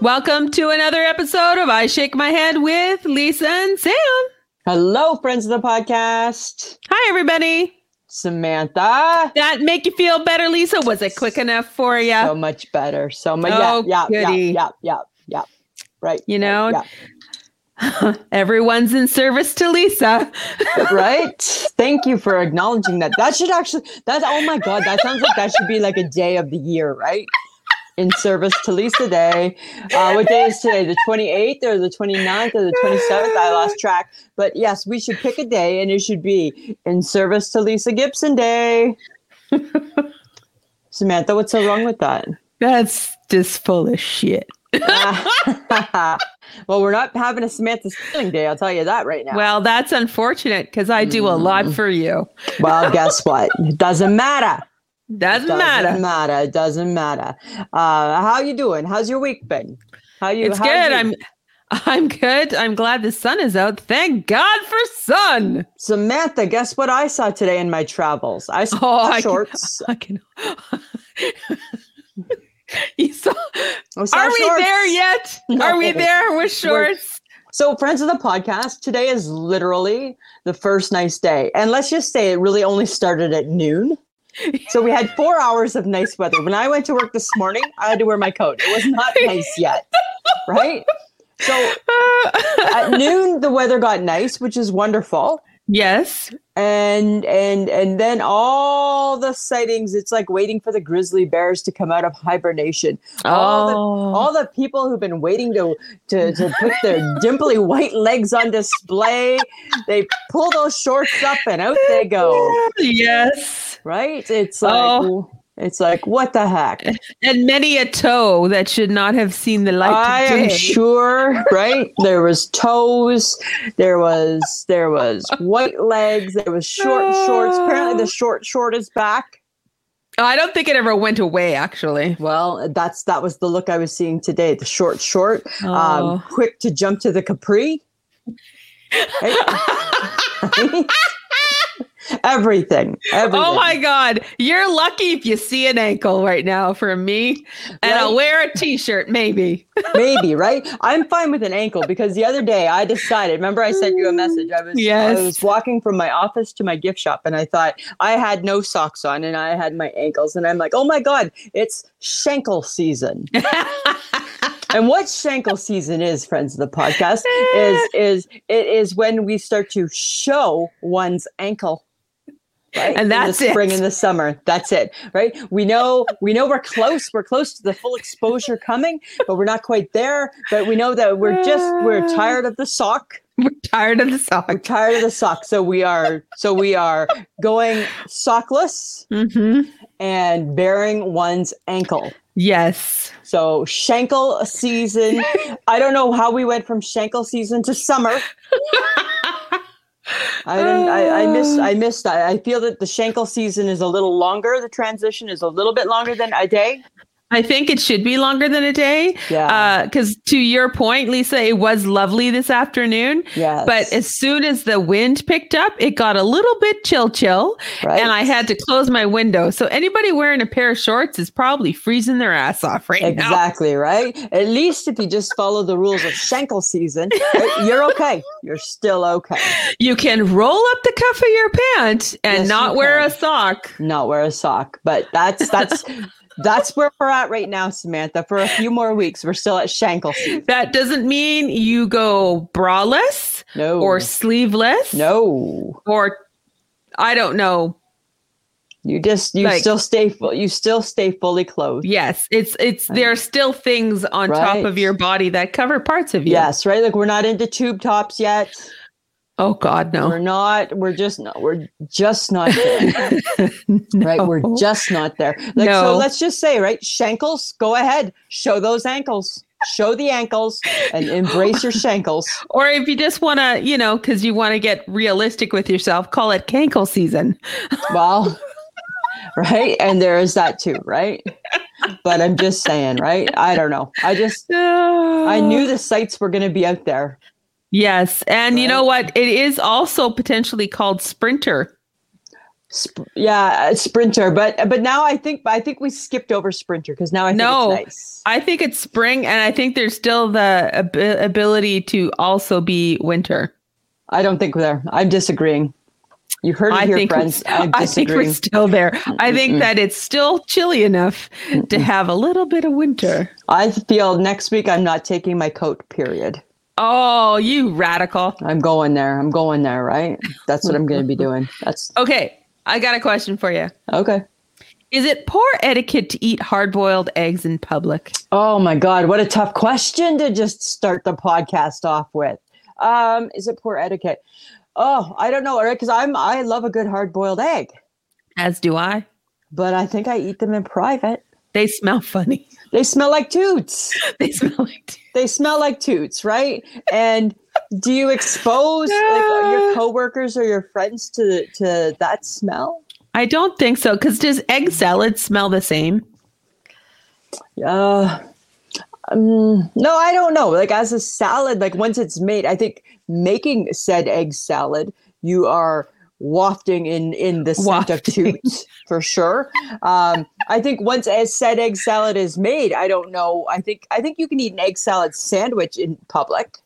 Welcome to another episode of I Shake My Head with Lisa and Sam. Hello, friends of the podcast. Hi, everybody. Samantha. That make you feel better, Lisa? Was it quick enough for you? So much better. So much. Oh, yeah, yeah, goody. yeah, yeah, yeah, yeah. Right. You know? Yeah. Everyone's in service to Lisa. Right. Thank you for acknowledging that. That should actually, that's, oh my God, that sounds like that should be like a day of the year, right? In service to Lisa Day. Uh, what day is today? The 28th or the 29th or the 27th? I lost track. But yes, we should pick a day and it should be in service to Lisa Gibson Day. Samantha, what's so wrong with that? That's just full of shit. well, we're not having a Samantha Stealing Day. I'll tell you that right now. Well, Well, that's unfortunate because I do a lot for you. guess what? It doesn't matter. Doesn't, Doesn't matter. matter. It doesn't matter. Uh, how you doing? How's your week been? How you? It's how good. you- I'm I'm good. I'm glad the sun is out. Thank God for sun. Samantha. Guess what I saw today in my travels? I Oh, saw I can- shorts. I can You saw- I saw are we shorts. there yet? Are we No. there with We're- shorts? So, friends of the podcast, today is literally the first nice day, and let's just say it really only started at noon. So we had four hours of nice weather. When I went to work this morning, I had to wear my coat. It was not nice yet, right? So at noon, the weather got nice, which is wonderful. yes. And and and then all the sightings. It's like waiting for the grizzly bears to come out of hibernation. All the Oh. all the people who've been waiting to to, to put their dimply white legs on display they pull those shorts up and out they go yes. right it's like it's like what the heck And many a toe that should not have seen the light i of am day. sure right there was toes there was there was white legs there was short shorts apparently the short short is back Oh, I don't think it ever went away, actually. well that's that was the look i was seeing today the short short um, Oh. quick to jump to the capri. Right? everything, everything. Oh my God. You're lucky if you see an ankle right now from me. And I'll Right. wear a t shirt, maybe. Maybe right. I'm fine with an ankle because the other day I decided. Remember, I sent you a message. I was Yes. I was walking from my office to my gift shop, and I thought I had no socks on, and I had my ankles, and I'm like, oh my god, it's shankle season. And what shankle season is, friends of the podcast, is is it is when we start to show one's ankle. Right? And that's in the spring it. and the summer. That's it, right? We know we know we're close. We're close to the full exposure coming, but we're not quite there. But we know that we're just we're tired of the sock. We're tired of the sock. We're tired of the sock. So we are so we are going sockless hmm Mm-hmm. and bearing one's ankle. Yes. So shankle season. I don't know how we went from shankle season to summer. I didn't. I, I missed. I missed. that. I feel that the shankle season is a little longer. The transition is a little bit longer than a day. I think it should be longer than a day. Yeah. Because Uh, to your point, Lisa, it was lovely this afternoon. yes. But as soon as the wind picked up, it got a little bit chill, chill, Right. and I had to close my window. So anybody wearing a pair of shorts is probably freezing their ass off right now. Exactly right. At least if you just follow the rules of shankle season, right, you're okay. You're still okay. You can roll up the cuff of your pant and Yes, not you wear a can. sock. Not wear a sock, but that's that's that's where we're at right now, Samantha. For a few more weeks, we're still at shankle season. That doesn't mean you go braless No. or sleeveless. No, Or I don't know. you just you Like- still stay full. You still stay fully clothed. Yes, it's it's there are still things on top Right. of your body that cover parts of you. Yes, right. Like we're not into tube tops yet. Oh God, We're no. not. We're just not. We're just not there. Right. We're No. just not there. Like No. so. Let's just say right. Shankles. Go ahead. Show those ankles. Show the ankles and embrace your shankles. Or if you just want to, you know, because you want to get realistic with yourself, call it cankle season. Well, right. And there is that too. Right. But I'm just saying. Right. I don't know. I just. I knew the sites were going to be out there. Yes. And you know what? It is also potentially called sprinter. Sp- yeah, a sprinter. But but now I think I think we skipped over sprinter because now I think No. it's nice. I think it's spring, and I think there's still the ab- ability to also be winter. I don't think there. I'm disagreeing. You heard it I here, think friends. we're- I'm I think disagreeing. we're still there. I think Mm-mm. that it's still chilly enough to have a little bit of winter. I feel next week I'm not taking my coat. Period. Oh, you radical. I'm going there. I'm going there. Right. That's what I'm going to be doing. That's Okay, I got a question for you. okay. Is it poor etiquette to eat hard-boiled eggs in public? Oh my God, what a tough question to just start the podcast off with. Um, is it poor etiquette? Oh, I don't know, all right? Because I'm I love a good hard boiled egg, As do I. but I think I eat them in private. They smell funny. They smell like toots. They smell like They smell like toots, right? And do you expose like, your coworkers or your friends to to that smell? I don't think so. Because does egg salad smell the same? Uh, um, no, I don't know. Like as a salad, like once it's made, I think making said egg salad, you are wafting in in the scent of Wafting. toots for sure. Um, I think once as said egg salad is made, I don't know. I think I think you can eat an egg salad sandwich in public.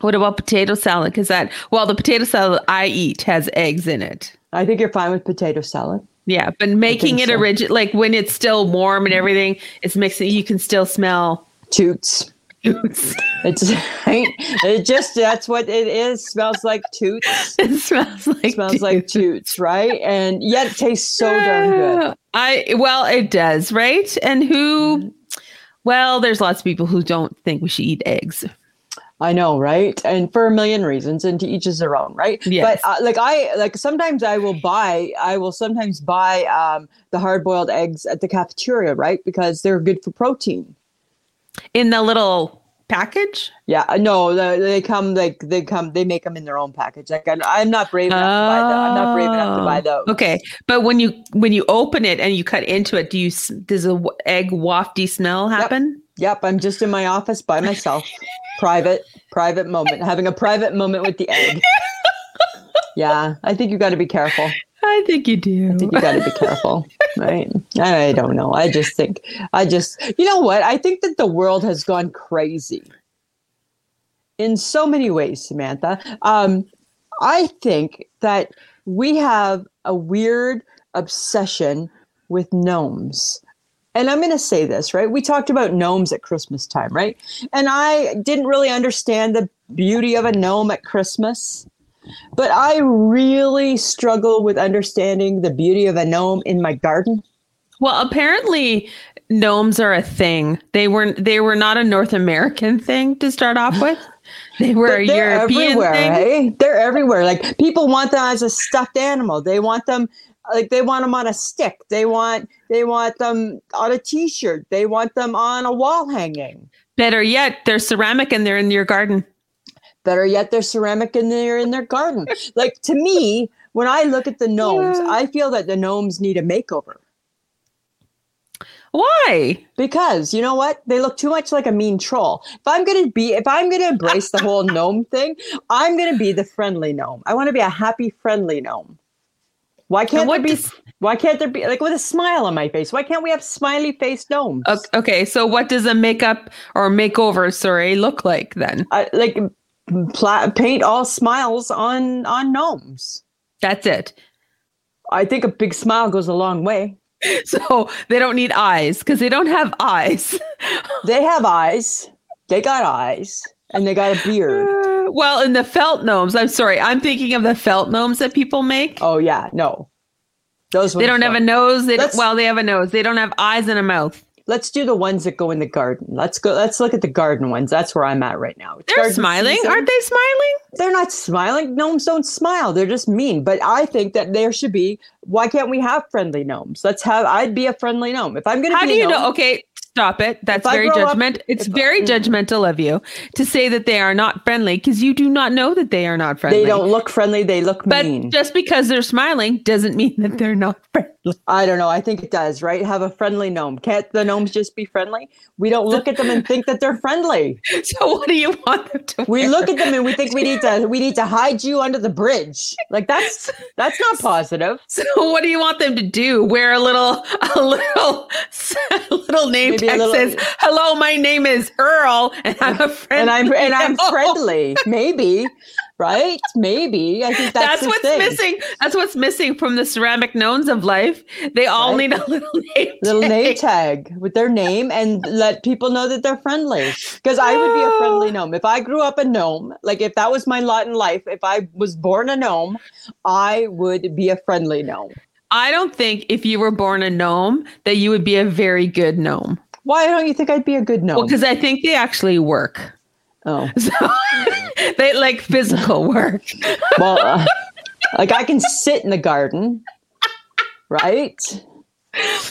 What about potato salad? Because that, well, the potato salad I eat has eggs in it. I think you're fine with potato salad. Yeah, but making it so. original, like when it's still warm and everything, it's mixing. You can still smell. Toots. Toots. It's it just that's what it is. Smells like toots. it smells like Smells like toots. toots, right? And yet it tastes so darn good. Ah, I well, it does, right? And Mm-hmm. who? Well, there's lots of people who don't think we should eat eggs. I know, right? And for a million reasons, and to each his their own, right? Yes. But uh, like I like sometimes I will buy, I will sometimes buy um, the hard boiled eggs at the cafeteria, right? Because they're good for protein. In the little package. Yeah, uh, no, they, they come like they come, they make them in their own package. Like I, I'm not brave enough to buy them. I'm not brave enough to buy Oh. those. Okay, but when you when you open it and you cut into it, do you s- does a w- egg wafty smell happen? Yep, I'm just in my office by myself, private, private moment, having a private moment with the egg. Yeah, I think you got to be careful. I think you do. I think you got to be careful, right? I don't know. I just think, I just, you know what? I think that the world has gone crazy in so many ways, Samantha. Um, I think that we have a weird obsession with gnomes. And I'm going to say this, right? We talked about gnomes at Christmas time, right? And I didn't really understand the beauty of a gnome at Christmas but I really struggle with understanding the beauty of a gnome in my garden. Well, apparently gnomes are a thing. They weren't they were not a North American thing to start off with. They were a But they're European everywhere, thing. eh? They're everywhere. Like people want them as a stuffed animal. They want them like they want them on a stick. They want they want them on a t-shirt. They want them on a wall hanging. Better yet, they're ceramic and they're in your garden. Better yet, they're ceramic and they're in their garden. like to me, when I look at the gnomes, Yeah. I feel that the gnomes need a makeover. Why? Because you know what? They look too much like a mean troll. If I'm gonna be, if I'm gonna embrace the whole gnome thing, I'm gonna be the friendly gnome. I want to be a happy, friendly gnome. Why can't And there what be? does- why can't there be like with a smile on my face? Why can't we have smiley faced gnomes? o- Okay, so what does a makeup or makeover, sorry, look like then? I, like pla- paint all smiles on on gnomes. That's it. I think a big smile goes a long way. So they don't need eyes because they don't have eyes. They have eyes. They got eyes, and they got a beard. Uh, well, in the felt gnomes, I'm sorry, I'm thinking of the felt gnomes that people make. Oh yeah, no, those They ones don't have a nose. They don't, Let's- well, they have a nose. They don't have eyes and a mouth. Let's do the ones that go in the garden. Let's go. Let's look at the garden ones. That's where I'm at right now. It's They're garden smiling, season. aren't they smiling? They're not smiling. Gnomes don't smile. They're just mean. But I think that there should be. Why can't we have friendly gnomes? Let's have. I'd be a friendly gnome if I'm going to How be. do a you gnome, know? Oh, Okay, Stop it. That's If I very grow up- judgment. it's if I- very judgmental of you to say that they are not friendly because you do not know that they are not friendly. They don't look friendly. They look But mean. just because they're smiling doesn't mean that they're not friendly. I don't know. I think it does, right? Have a friendly gnome. Can't the gnomes just be friendly? We don't look at them and think that they're friendly. So what do you want them to? We wear? look at them and we think we need to we need to hide you under the bridge. Like that's that's not positive. So what do you want them to do? Wear a little, a little, a little name Maybe a tag little- says, "Hello, my name is Earl, and I'm a friend." And I'm and I'm gnome." friendly. Maybe, right? Maybe. I think that's, That's, the what's thing. missing. That's what's missing from the ceramic gnomes of life. They all Right. need a little name. Little name tag. tag with their name and let people know that they're friendly. Because I would be a Oh. friendly gnome. If I grew up a gnome, like if that was my lot in life, if I was born a gnome, I would be a friendly gnome. I don't think if you were born a gnome that you would be a very good gnome. Why don't you think I'd be a good gnome? Well, because I think they actually work. oh, So they like physical work. well, uh, like I can sit in the garden, right?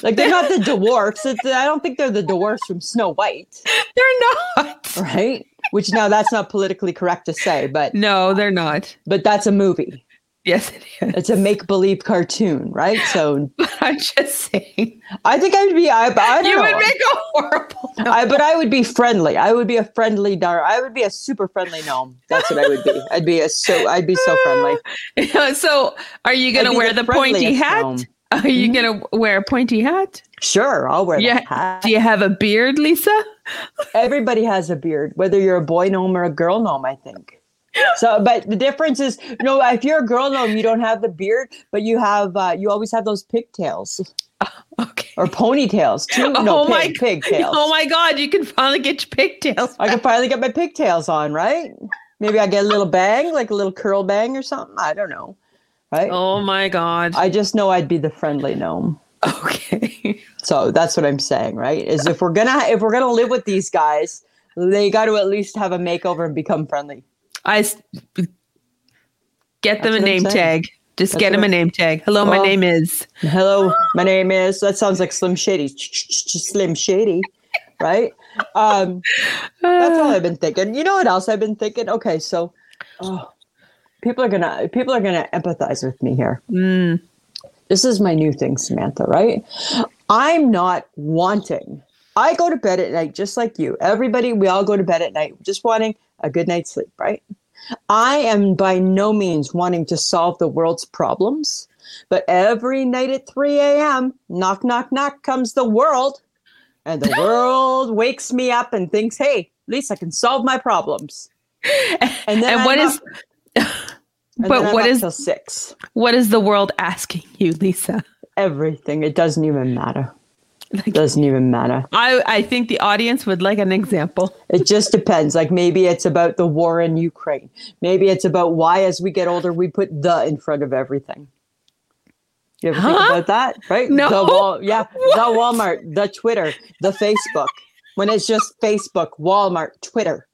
Like they're not the dwarfs. It's, I don't think they're the dwarfs from Snow White, They're not. right? Which now that's not politically correct to say, but No, they're not. but that's a movie. Yes, it is. It's a make believe cartoon, right? So But I'm just saying. I think I'd be I, I don't You know. would make a horrible gnome. I, but I would be friendly. I would be a friendly dar. I would be a super friendly gnome. That's what I would be. I'd be a so. I'd be so friendly. so are you I'd gonna be wear the the, pointy friendliest Mm-hmm. hat? gnome. Are you gonna wear a pointy hat? Sure, I'll wear Yeah. that hat. Do you have a beard, Lisa? Everybody has a beard, whether you're a boy gnome or a girl gnome, I think. So, but the difference is, you know, if you're a girl gnome, you don't have the beard, but you have, uh, you always have those pigtails Okay. or ponytails. Two, no, Oh my pig, pigtails. Oh my god, you can finally get your pigtails. I can finally get my pigtails on, right? Maybe I get a little bang, like a little curl bang or something. I don't know, right? Oh my god. I just know I'd be the friendly gnome. Okay. So that's what I'm saying, right? Is if we're gonna if we're gonna live with these guys, they got to at least have a makeover and become friendly. I s- get them That's what a I'm name saying. tag. Just That's get what them a I'm- Oh. name tag. Hello, my Well- name is. Hello, my name is. That sounds like Slim Shady. Slim Shady, right? Um, that's uh, all I've been thinking. You know what else I've been thinking? Okay, so oh, people are gonna people are gonna empathize with me here. Mm, This is my new thing, Samantha. Right? I'm not wanting. I go to bed at night just like you. Everybody, we all go to bed at night just wanting a good night's sleep, right? I am by no means wanting to solve the world's problems, but every night at 3 a.m., knock, knock, knock comes the world, and the world wakes me up and thinks, hey, at least I can solve my problems. And then And what I'm is- up- and but then I'm what up is- till six? what is the world asking you, Lisa? Everything. It doesn't even matter. Like- doesn't even matter. I I think the audience would like an example. It just depends. Like maybe it's about the war in Ukraine. Maybe it's about why, as we get older, we put the in front of everything. You ever Huh? think about that? Right? No. The wall, yeah. The What? Walmart, the Twitter, the Facebook. When it's just Facebook, Walmart, Twitter.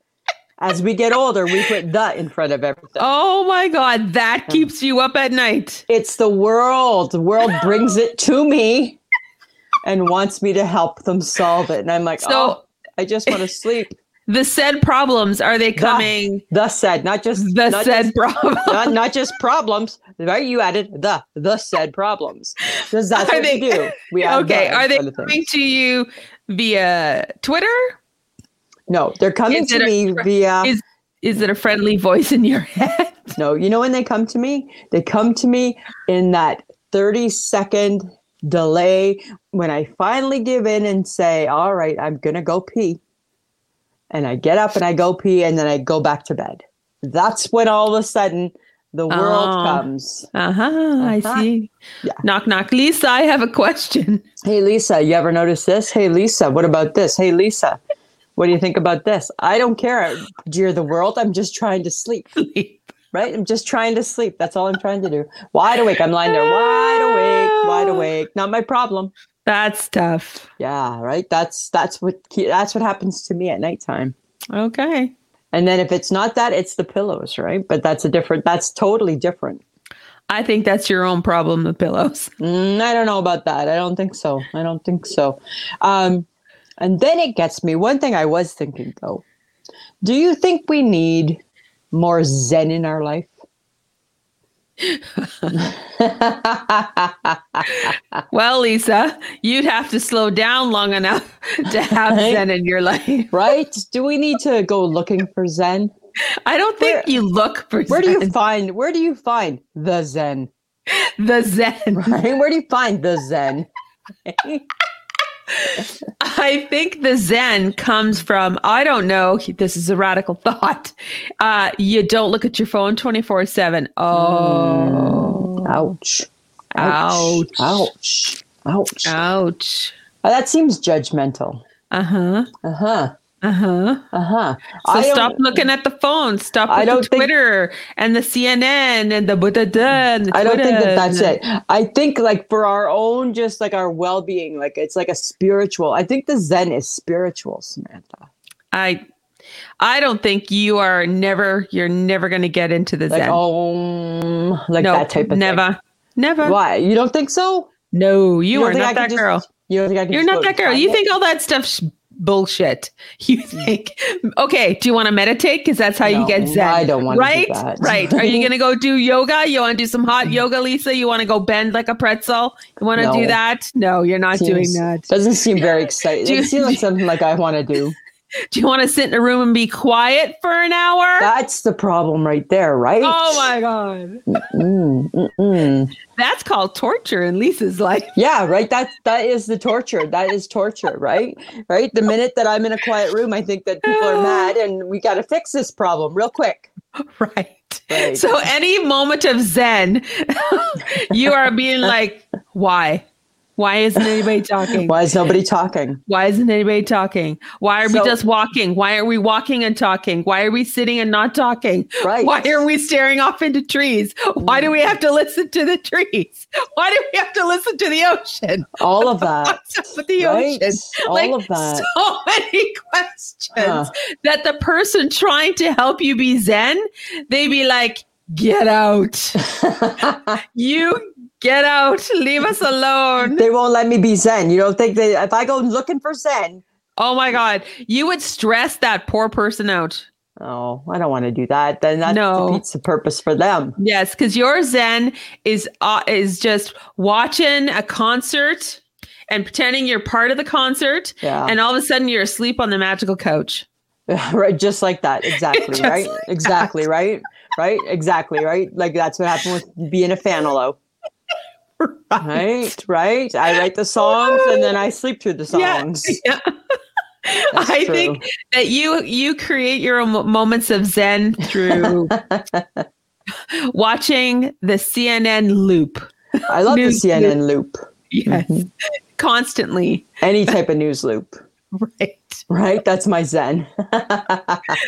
As we get older, we put the in front of everything. Oh my god, that keeps you up at night. It's the world. The world brings it to me and wants me to help them solve it. And I'm like, oh, So I just want to sleep. the said problems are they coming? The said, not just The, not said just- problems. not, not just problems, right? You added the the said problems. 'Cause that's Are what we they- do. We add Okay, the are they instead of coming things. to you via Twitter? No, they're coming Is to it a me fr- via. is- Is it a friendly voice in your head? no, you know when they come to me, they come to me in that thirty second delay when I finally give in and say, "All right, I'm gonna go pee," and I get up and I go pee, and then I go back to bed. That's when all of a sudden the world Oh. comes. Uh-huh, I Uh-huh. see. Yeah. Knock knock. Lisa, I have a question. Hey Lisa, you ever notice this? Hey Lisa, what about this? Hey Lisa, what do you think about this? I don't care, dear the world. I'm just trying to sleep, right? I'm just trying to sleep. That's all I'm trying to do. Wide awake. I'm lying there, wide awake, wide awake. Not my problem. That's tough. Yeah, right. That's that's what ke- that's what happens to me at nighttime. Okay. And then if it's not that, it's the pillows, right? But that's a different. That's totally different. I think that's your own problem, the pillows. Mm, I don't know about that. I don't think so. I don't think so. Um, And then it gets me. One thing I was thinking though do you think we need more Zen in our life? well, Lisa, you'd have to slow down long enough to have Right? Zen in your life. right? Do we need to go looking for Zen? I don't think Where- you look for Where do you Zen. find where do you find the Zen? the Zen. Right? Where do you find the Zen? I think the Zen comes from, I don't know, this is a radical thought. Uh, you don't look at your phone 24 7. Oh, Ouch. ouch. Mm, Ouch. Ouch. Ouch. Uh, That seems judgmental. Uh huh. Uh-huh. Uh huh. Uh-huh. So I don't- stop looking at the phone. Stop with I the don't think- Twitter and the CNN and the blah, and the I don't think that Twitter that's and- it. I think like for our own, just like our well-being, like it's like a spiritual. I think the Zen is spiritual, Samantha. I I don't think you are never you're never going to get into the Like Zen. um, like no, that type of never, never. thing. Why? You don't think so? No, you, don't are think I not can that just- girl. You don't think I can You're just not go that girl. find You it? think all that stuff's bullshit. You think okay? Do you want to meditate? Because that's how you No, get zen. I don't wanna do right. that. Right. Are you gonna go do yoga? You want to do some hot yoga, Lisa? You want to go bend like a pretzel? You want to do No. that? No, you're not doing Seems- that. Doesn't seem very exciting. Do- it seems like something like I want to do. Do you want to sit in a room and be quiet for an hour? That's the problem right there, right? oh my god, Mm, mm, mm. that's called torture in Lisa's life. Yeah, right. That that is the torture. That is torture, right? Right. The minute that I'm in a quiet room, I think that people are mad, and we got to fix this problem real quick. Right. Right. So any moment of zen, you are being like, why? Why isn't anybody talking? Why is nobody talking? Why isn't anybody talking? Why are So- we just walking? Why are we walking and talking? Why are we sitting and not talking? Right. Mm. Why are we staring off into trees? Why do we have to listen to the trees? Why do we have to listen to the ocean? All of that. What's up with the Right? ocean? All like, of that. So many questions Huh. that the person trying to help you be zen, they be like, "Get out! You get out! Leave us alone!" they won't let me be Zen. You don't think they? If I go looking for Zen, Oh my God, you would stress that poor person out. oh, I don't want to do that. Then that No. defeats the purpose for them. Yes, because your zen is uh, is just watching a concert and pretending you're part of the concert, Yeah. and all of a sudden you're asleep on the magical couch. right just like that exactly Just right like exactly right right exactly right like that's what happened with being a fanalo right right i write the songs and then i sleep through the Yeah. songs Yeah. That's I think that you you create your own mo- moments of zen through watching the CNN loop. i love the News cnn loop Mm-hmm. Yes. Constantly. any type of news loop Right. right that's my zen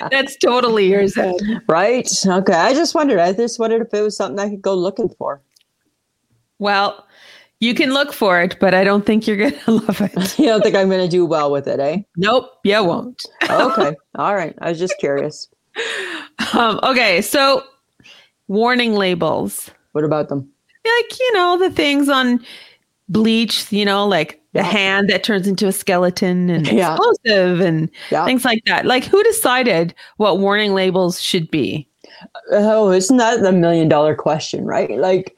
That's totally your zen. right okay i just wondered i just wondered if it was something i could go looking for Well, you can look for it, but I don't think you're going to love it. you don't think i'm going to do well with it eh Oh, Nope, you won't. okay all right i was just curious Um, okay, so warning labels. what about them Like, you know, the things on bleach, you know, like Yeah. the hand that turns into a skeleton and Yeah. explosive and yeah things like that. Like, who decided what warning labels should be? oh, isn't that the million dollar question, right? Like,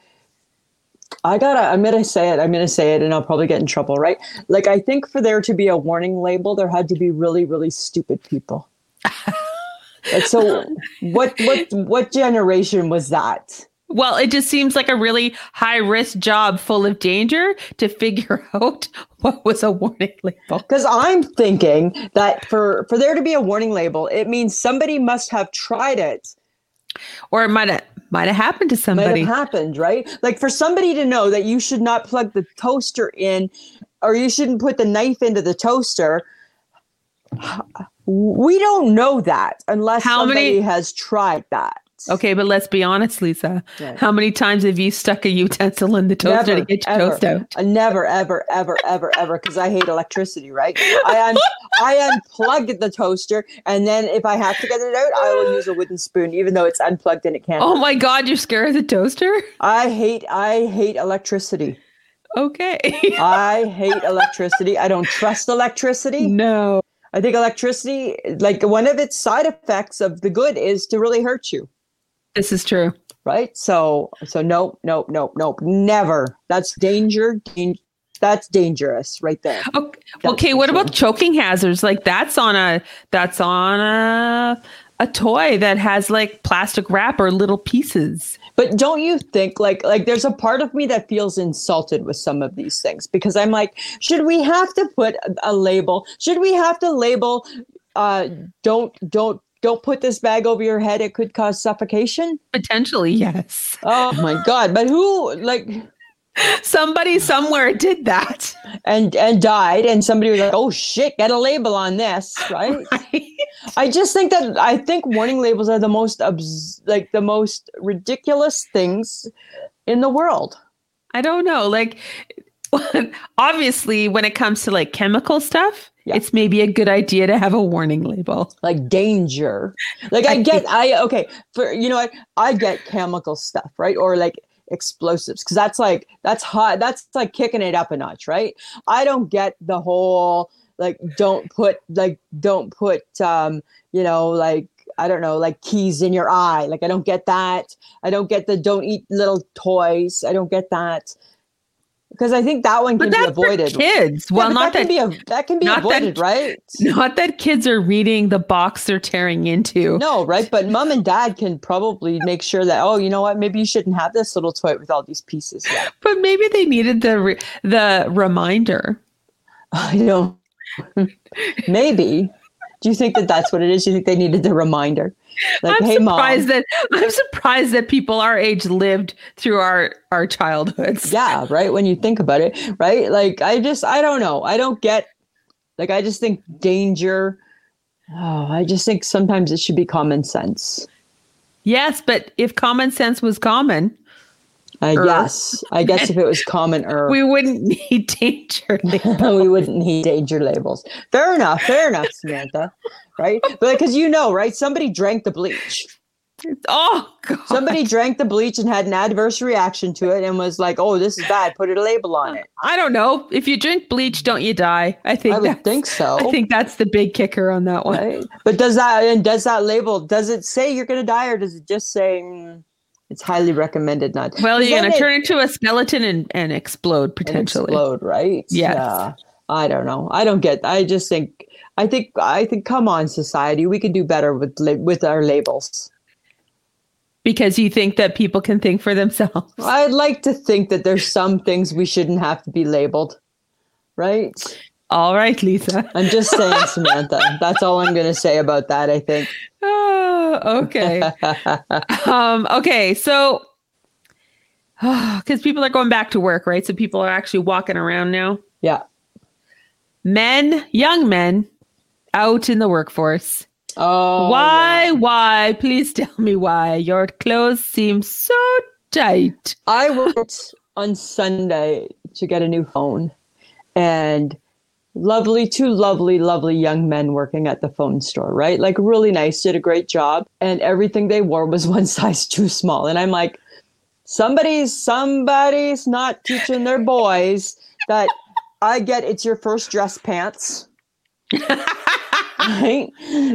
I gotta, I'm gonna say it, I'm gonna say it, and I'll probably get in trouble, right? Like, I think for there to be a warning label, there had to be really, really stupid people. and so, what, what, what generation was that? Well, it just seems like a really high risk job full of danger to figure out what was a warning label. Because I'm thinking that for for there to be a warning label, it means somebody must have tried it Or it might have might have happened to might somebody. have happened, right? Like for somebody to know that you should not plug the toaster in or you shouldn't put the knife into the toaster. We don't know that unless How somebody many- has tried that. Okay, but let's be honest, Lisa. Right. How many times have you stuck a utensil in the toaster to Never, get your ever. toast out? I never, ever, ever, ever, ever, because I hate electricity, right? I un- I unplugged the toaster, and then if I have to get it out, I will use a wooden spoon, even though it's unplugged and it can't. Oh my God, you're scared of the toaster? I hate, I hate electricity. Okay. I hate electricity. I don't trust electricity. no. I think electricity, like one of its side effects of the good, is to really hurt you. This is true. Right. So, so nope, nope, nope, nope, never. That's danger. Dan- that's dangerous right there. Okay, That's okay for what sure. about choking hazards? Like that's on a that's on a a toy that has like plastic wrap or little pieces. But don't you think like like there's a part of me that feels insulted with some of these things because I'm like, should we have to put a- a label? Should we have to label uh don't don't don't put this bag over your head it could cause suffocation? Potentially, yes. Oh my god, but who like Somebody somewhere did that. and and died and somebody was like, "Oh shit, get a label on this," right? I just think that I think warning labels are the most obs- like the most ridiculous things in the world. I don't know. Like, obviously, when it comes to like chemical stuff, Yeah. it's maybe a good idea to have a warning label. like danger. Like I get I okay, for you know what? I get chemical stuff, right? Or like explosives cuz that's like that's hot that's like kicking it up a notch, right? I don't get the whole like don't put like don't put um you know like I don't know like keys in your eye. Like I don't get that. I don't get the don't eat little toys. I don't get that. Because I think that one But can that's be avoided. for kids. Yeah, well, but not that, that can be a, that can be not that- avoided, right? not that kids are reading the box they're tearing into. No, right? But mom and dad can probably make sure that, oh, you know what? Maybe you shouldn't have this little toy with all these pieces. Yeah. But maybe they needed the re- the reminder. I know. maybe. Do you think that that's what it is? You think they needed the reminder? Like, I'm hey, surprised mom. that I'm surprised that people our age lived through our our childhoods. Yeah, right. When you think about it, right? Like, I just, I don't know. I don't get, like, I just think danger. Oh, I just think sometimes it should be common sense. Yes, but if common sense was common, I Er. guess. Uh, I guess if it was common, or we wouldn't need danger. we wouldn't need danger labels. Fair enough. Fair enough, Samantha. Right? But because you know, right? Somebody drank the bleach. oh God. Somebody drank the bleach and had an adverse reaction to it and was like, oh, this is bad. Put a label on it. I don't know. If you drink bleach, don't you die? I think I would that's- think so. I think that's the big kicker on that one. right? But does that and does that label does it say you're gonna die or does it just say mm, it's highly recommended not? Well, 'Cause you're then gonna it- turn into a skeleton and, and explode and potentially. explode, right? Yes. I don't know. I don't get. I just think. I think. I think. Come on, society. We could do better with la- with our labels. Because you think that people can think for themselves. I'd like to think that there's some things we shouldn't have to be labeled, right? All right, Lisa. I'm just saying, Samantha. That's all I'm going to say about that. I think. Oh, okay. um, okay, so because people are going back to work, right? So people are actually walking around now. yeah. Men, young men, out in the workforce. Oh. why, yeah. why? Please tell me why your clothes seem so tight. I worked on Sunday to get a new phone, and lovely, two lovely, lovely young men working at the phone store. Right, like really nice, did a great job, and everything they wore was one size too small. And I'm like, somebody's somebody's not teaching their boys that I get it's your first dress pants. right?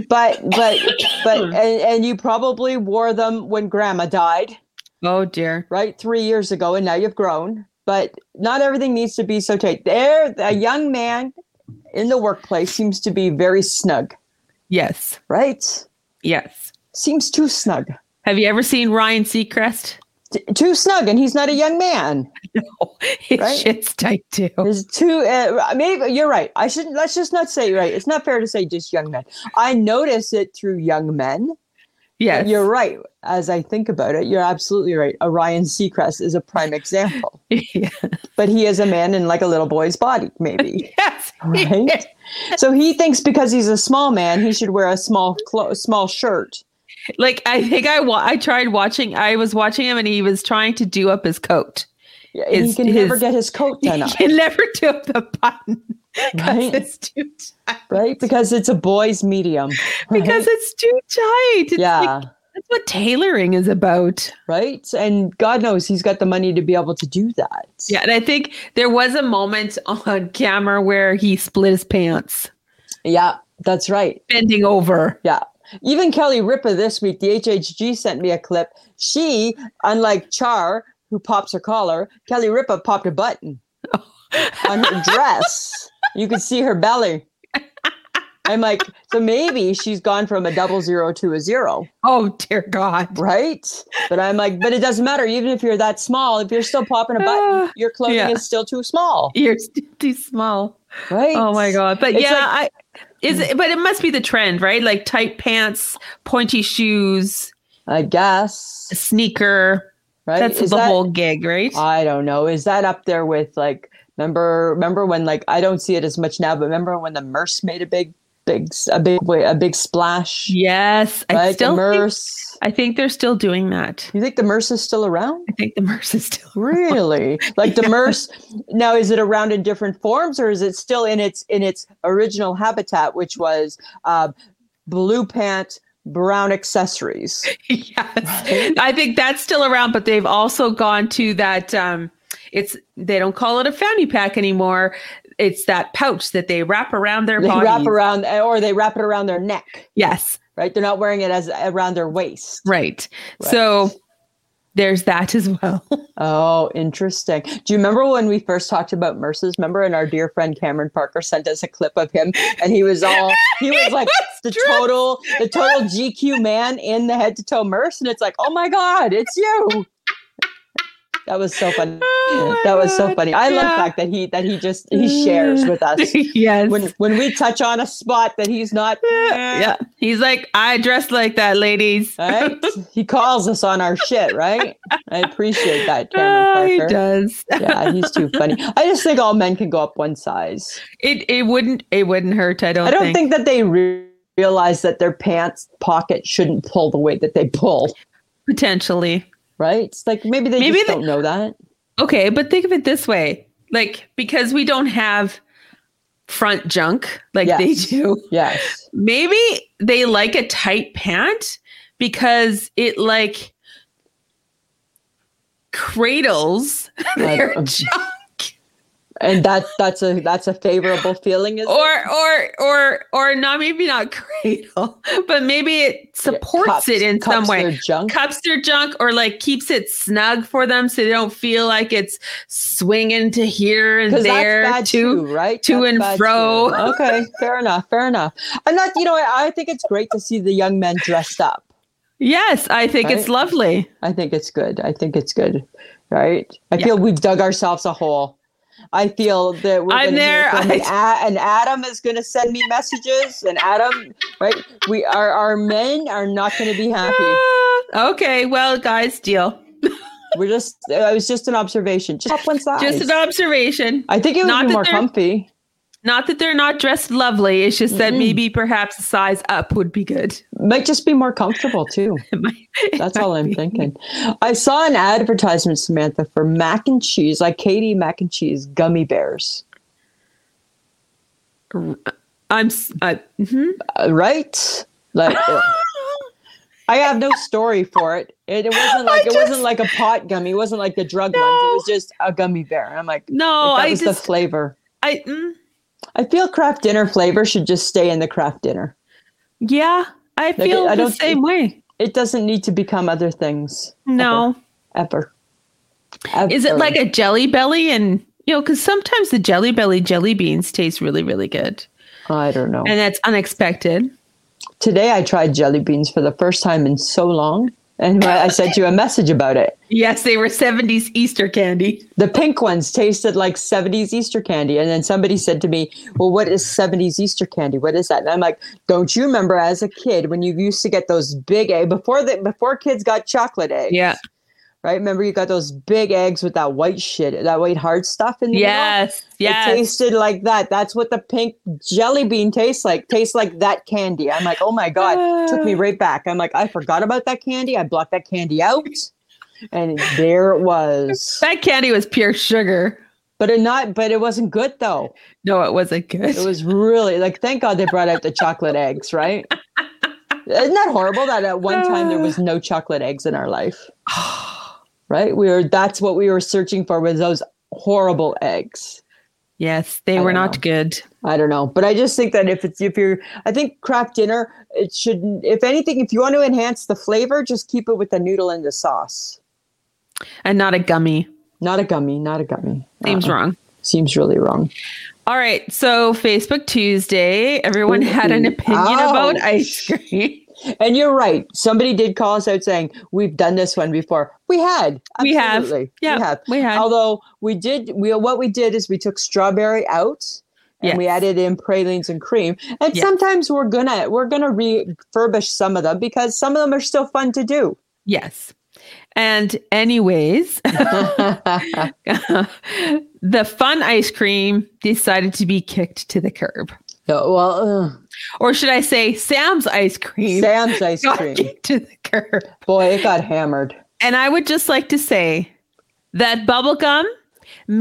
But but but and, and you probably wore them when grandma died, Oh dear. right? 3 years ago and now you've grown, but not everything needs to be so tight. There a young man in the workplace seems to be very snug, Yes. right? Yes. Seems too snug. Have you ever seen Ryan Seacrest? T- too snug and he's not a young man. No. His Right? shit's tight too. There's two. Uh, maybe you're right. I shouldn't. Let's just not say right. It's not fair to say just young men. I notice it through young men. Yes. You're right. As I think about it, you're absolutely right. Orion Seacrest is a prime example, but he is a man in like a little boy's body, maybe. yes. Right? so he thinks because he's a small man, he should wear a small clo- small shirt. Like I think I wa- I tried watching. I was watching him and he was trying to do up his coat. Yeah, and His- he can never his- get his coat He done up, can never do up the button 'cause Right. it's too tight. right? Because it's a boy's medium. Because it's too tight. It's yeah. like, That's what tailoring is about. right? And God knows he's got the money to be able to do that. Yeah, and I think there was a moment on camera where he split his pants, Yeah, that's right. bending over. Yeah. Even Kelly Ripa this week, the HHG sent me a clip. She, unlike Char, who pops her collar, Kelly Ripa popped a button on her dress. You could see her belly. I'm like, so maybe she's gone from a double zero to a zero, Oh dear God! right? But I'm like, but it doesn't matter. Even if you're that small, if you're still popping a button, your clothing Yeah. is still too small, Ah, You're st- too small. right? Oh my God! But It's yeah, like- I is it, but it must be the trend, right? Like tight pants, pointy shoes, I guess. a sneaker. Right? That's Is the that- whole gig, right? I don't know. Is that up there with like remember remember when like I don't see it as much now, but remember when the Merce made a big big a big way a big splash? yes, I right? The still. Think, Merce. I think they're still doing that. you think the Merce is still around? I think the Merce is still. Really? Like the Merce now is it around in different forms or is it still in its in its original habitat, which was uh, blue pant, brown accessories. yes, I think that's still around, but they've also gone to that. Um, it's they don't call it a fanny pack anymore. It's that pouch that they wrap around their They body. wrap around or they wrap it around their neck, Yes, right? They're not wearing it as around their waist. right. So there's that as well. Oh, interesting. Do you remember when we first talked about Merces? Remember, and our dear friend Cameron Parker sent us a clip of him, and he was all he was like the true. total the total GQ man in the head to toe Merce, and it's like, oh my god, it's you. That was so funny. Oh my that was so God. funny. I love the Yeah. fact that he that he just he shares with us yes. when when we touch on a spot that he's not. yeah. He's like, I dress like that, ladies. Right? He calls us on our shit, right? I appreciate that, Cameron Oh, Parker. he does. yeah, he's too funny. I just think all men can go up one size. It it wouldn't it wouldn't hurt. I don't. I don't think. think, that they re- realize that their pants pocket shouldn't pull the way that they pull, potentially. right? It's like maybe they Maybe just they- don't know that. Okay, but think of it this way: like because we don't have front junk like Yes. they do, Yes. maybe they like a tight pant because it like cradles their um, junk, And that that's a that's a favorable feeling is or or or or not maybe not cradle, but maybe it supports cups- it in some cups way. their junk. cups their junk or like keeps it snug for them so they don't feel like it's swinging to here and Because there that's bad too. too, right? to That's and bad fro. too. Okay, fair enough, fair enough. And that, you know, I, I think it's great to see the young men dressed up. Yes, I think it's Right? lovely. I think it's good. I think it's good. Right? I Yeah. feel we've dug ourselves a hole. I feel that we're I'm gonna hear there. from an A- and Adam is going to send me messages. And Adam, right? We are our men are not going to be happy. Ah, okay, well, guys, deal. We're just. uh, It was just an observation. Just up one side. Just an observation. I think it would Not be that more they're- comfy. Not that they're not dressed lovely. It's just that Mm-mm. maybe perhaps a size up would be good. Might just be more comfortable too. It might- it That's might all I'm be. thinking. I saw an advertisement, Samantha, for mac and cheese, like Katie mac and cheese gummy bears. I'm. s- I- mhm. Uh, right? Like. uh, I have no story for it. It, it wasn't like I it wasn't just- like a pot gummy. It wasn't like the drug ones. It was just a gummy bear. And I'm like, No, like, that I was just. the flavor. I. Mm, I feel craft dinner flavor should just stay in the craft dinner. yeah, I I feel the don't- same way. It doesn't need to become other things No. ever. Ever. Is it like a jelly belly? And, you know, because sometimes the jelly belly jelly beans taste really, really good. I don't know. And that's unexpected. Today I tried jelly beans for the first time in so long, and I I sent you a message about it. Yes, they were 70s Easter candy. The pink ones tasted like 70s Easter candy. And then somebody said to me, Well, what is 70s Easter candy? What is that? And I'm like, Don't you remember as a kid when you used to get those big eggs before the before kids got chocolate eggs? Yeah. Right? Remember you got those big eggs with that white shit, that white hard stuff in the middle? Yes. It Yes. tasted like that. That's what the pink jelly bean tastes like. Tastes like that candy. I'm like, oh my God. Took Ah. me right back. I'm like, I forgot about that candy. I blocked that candy out. And there it was. That candy was pure sugar. But it not but it wasn't good though. No, it wasn't good. It was really like thank God they brought out the chocolate eggs, right? Isn't that horrible that at one time there was no chocolate eggs in our life? right? We were that's what we were searching for was those horrible eggs. Yes, they I were don't not know. good. I don't know, but I just think that if it's if you're, I think craft dinner it shouldn't. If anything, if you want to enhance the flavor, just keep it with the noodle and the sauce. And not a gummy. Not a gummy, not a gummy. Seems Uh-uh. wrong. Seems really wrong. All right. So Facebook Tuesday, everyone had an Ooh. Oh, opinion about Ouch. ice cream. And you're right. Somebody did call us out saying we've done this one before. We had. We have. Absolutely. Yeah, We have. we had. Although we did, we what we did is we took strawberry out. And we Yes. added in pralines and cream. And Yes. sometimes we're gonna we're gonna refurbish some of them because some of them are still fun to do. Yes. And anyways, the fun ice cream decided to be kicked to the curb. No, well, ugh. Or should I say Sam's ice cream? Sam's ice got cream. kicked to the curb. Boy, it got hammered. And I would just like to say that bubblegum,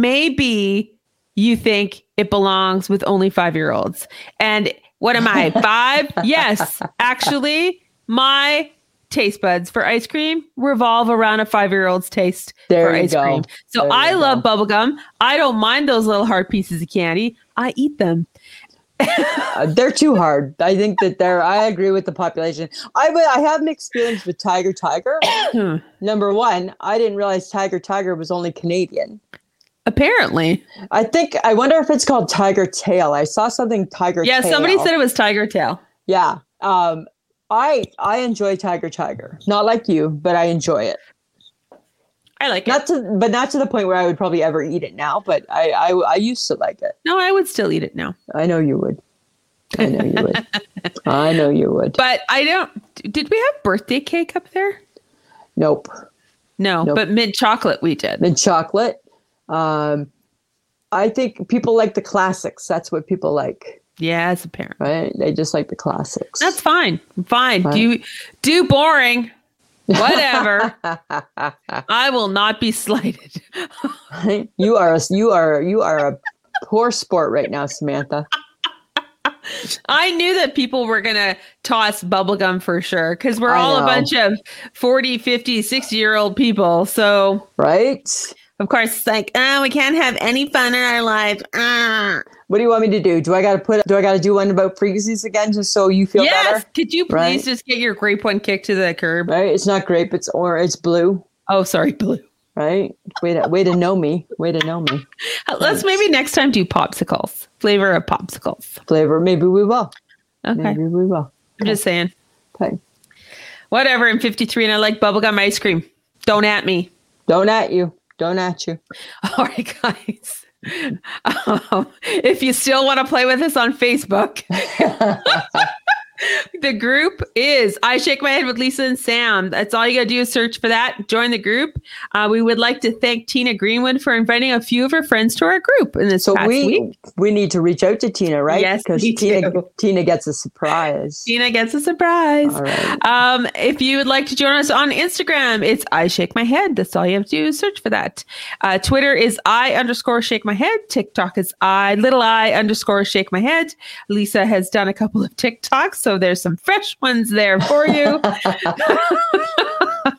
maybe you think it belongs with only five year olds. And what am I, five? yes, actually, my taste buds for ice cream revolve around a five year old's taste There for you ice go. cream. So There I you love bubblegum. I don't mind those little hard pieces of candy. I eat them. Uh, they're too hard. I think that they're. I agree with the population. I would. I have mixed feelings with Tiger Tiger. Number one, I didn't realize Tiger Tiger was only Canadian. Apparently. I think. I wonder if it's called Tiger Tail. I saw something Tiger. Yeah, Tail. somebody said it was Tiger Tail. Yeah. Um. I I enjoy Tiger Tiger. Not like you, but I enjoy it. I like it. Not to, but not to the point where I would probably ever eat it now. But I I, I used to like it. No, I would still eat it now. I know you would. I know you would. I know you would. But I don't. Did we have birthday cake up there? Nope. No, Nope. but mint chocolate we did. Then chocolate. Um, I think people like the classics. That's what people like, Yeah, as a parent. right? They just like the classics. That's fine. Fine. Right. Do do boring. Whatever. I will not be slighted. right? You are a you are you are a poor sport right now, Samantha. I knew that people were going to toss bubblegum for sure cuz we're I all a know. bunch of 40, 50, 60-year-old people. So, Right? of course, it's like, "Oh, we can't have any fun in our lives." Ah. What do you want me to do? Do I got to put? Do I got to do one about freezies again, just so you feel Yes, better? could you please Right. just get your grape one kicked to the curb? Right? It's not grape. It's or it's blue. Oh, sorry, blue. Right? Way to way to know me. Way to know me. Uh, Let's maybe next time do popsicles. Flavor of popsicles. Flavor. Maybe we will. Okay. Maybe we will. I'm just saying. Okay. Whatever, I'm 53 and I like bubblegum ice cream. Don't at me. Don't at you. Don't at you. All right, guys. Um, if you still want to play with us on Facebook, the group is I Shake My Head with Lisa and Sam. That's all you got to do is search for that. Join the group. Uh, we would like to thank Tina Greenwood for inviting a few of her friends to our group in this So past we week. we need to reach out to Tina, right? Yes, because we Tina do. Tina gets a surprise. Tina gets a surprise. All right. Um, if you would like to join us on Instagram, it's I shake my head. That's all you have to do is search for that. Uh, Twitter is I underscore shake my head. TikTok is I little I underscore shake my head. Lisa has done a couple of TikToks, so there's some fresh ones there for you.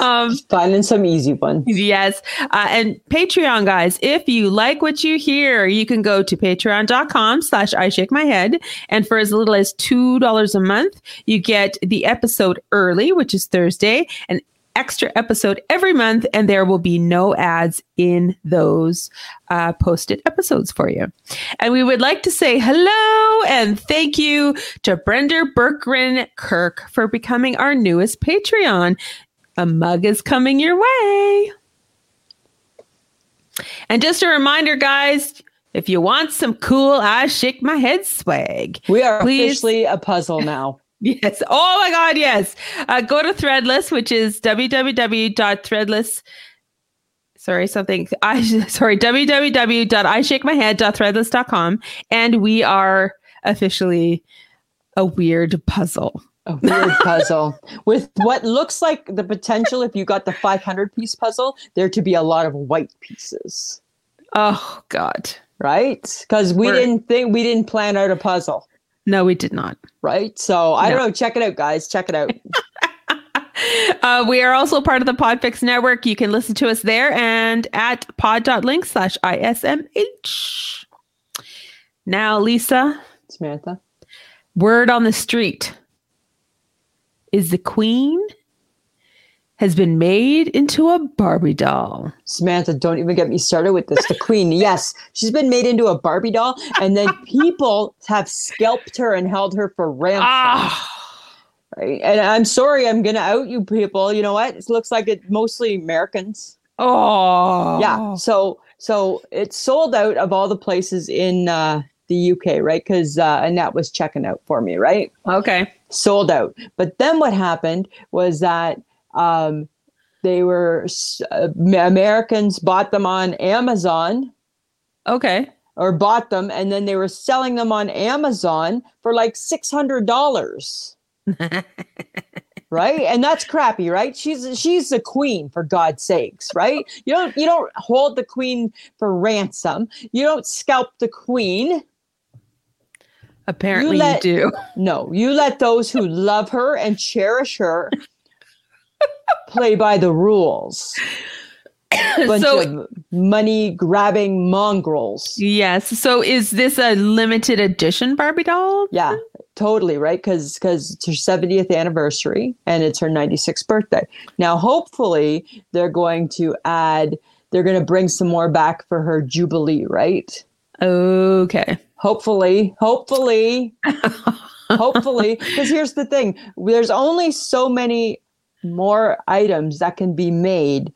um, Finding some easy one. Yes. Uh, and Patreon, guys, if you like what you hear, you can go to patreon.com slash I shake my head. And for as little as $2 a month, you get the episode early, which is Thursday, an extra episode every month. And there will be no ads in those uh, posted episodes for you. And we would like to say hello and thank you to Brenda Berkgren Kirk for becoming our newest Patreon. A mug is coming your way. And just a reminder, guys, if you want some cool I Shake My Head swag, We are Please. officially a puzzle now. Yes. Oh my God. Yes. Uh, go to Threadless, which is www.threadless. Sorry, something. I sorry. www.ishakemyhead.threadless.com, and we are officially a weird puzzle. A weird puzzle with what looks like the potential. If you got the 500 piece puzzle, there to be a lot of white pieces, Oh God. right? Because we We're- didn't think we didn't plan out a puzzle. No, we did not. right? So I No. don't know. Check it out, guys. Check it out. Uh, we are also part of the Podfix Network. You can listen to us there and at pod.link slash ISMH. Now, Lisa, Samantha. word on the street is the queen has been made into a Barbie doll. Samantha, don't even get me started with this. The queen, yes, she's been made into a Barbie doll, and then people have scalped her and held her for ransom. Ah, Right? And I'm sorry, I'm gonna out you people. You know what? It looks like it mostly Americans. oh, Yeah. So so it's sold out of all the places in uh, the UK, right? Because uh, Annette was checking out for me, right? Okay. sold out. But then what happened was that um, they were s- uh, Americans bought them on Amazon Okay. or bought them, and then they were selling them on Amazon for like six hundred dollars. right, and that's crappy, right? She's she's the queen for God's sakes, right? You don't you don't hold the queen for ransom. You don't scalp the queen. Apparently, you, let- do. No, you let those who love her and cherish her play by the rules. Bunch so, of money grabbing mongrels. yes. So, is this a limited edition Barbie doll? Yeah, totally right because because it's her 70th anniversary and it's her 96th birthday. Now, hopefully, they're going to add. They're going to bring some more back for her jubilee, right? Okay. Hopefully, hopefully, hopefully. Because here's the thing there's only so many more items that can be made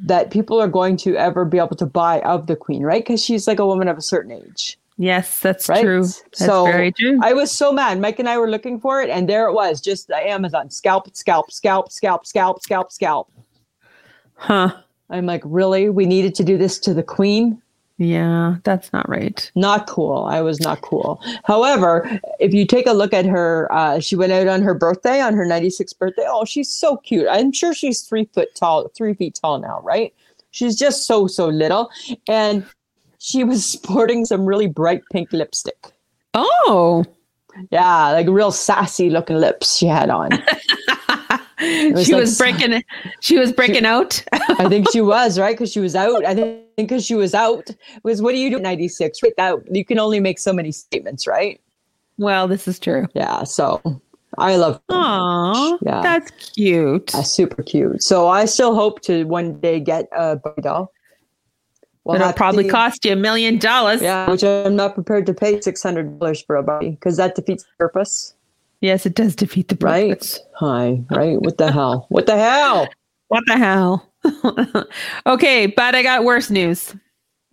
that people are going to ever be able to buy of the queen, right? Because she's like a woman of a certain age. Yes, that's Right? true. That's So, very true. I was so mad. Mike and I were looking for it, and there it was just the Amazon scalp, scalp, scalp, scalp, scalp, scalp, scalp. huh. I'm like, really? We needed to do this to the queen? Yeah, that's not right. not cool. I was not cool. However, if you take a look at her, uh, she went out on her birthday, on her 96th birthday. Oh, she's so cute. I'm sure she's three foot tall, three feet tall now, right? She's just so, so little. And she was sporting some really bright pink lipstick. Oh. Yeah, like real sassy looking lips she had on. was she like was so- breaking she was breaking out. I think she was, right? Because she was out. I think because she was out was what do you do at 96? Right? That, you can only make so many statements, right? Well, this is true. Yeah. So I love Aw. Yeah. That's cute. Uh, super cute. So I still hope to one day get a Barbie doll. We'll It'll have to probably see. cost you a million dollars. Yeah, which I'm not prepared to pay six hundred dollars for a Barbie because that defeats the purpose, Yes, it does defeat the purpose. right? Hi, right? What the hell? What the hell? What the hell? okay, but I got worse news.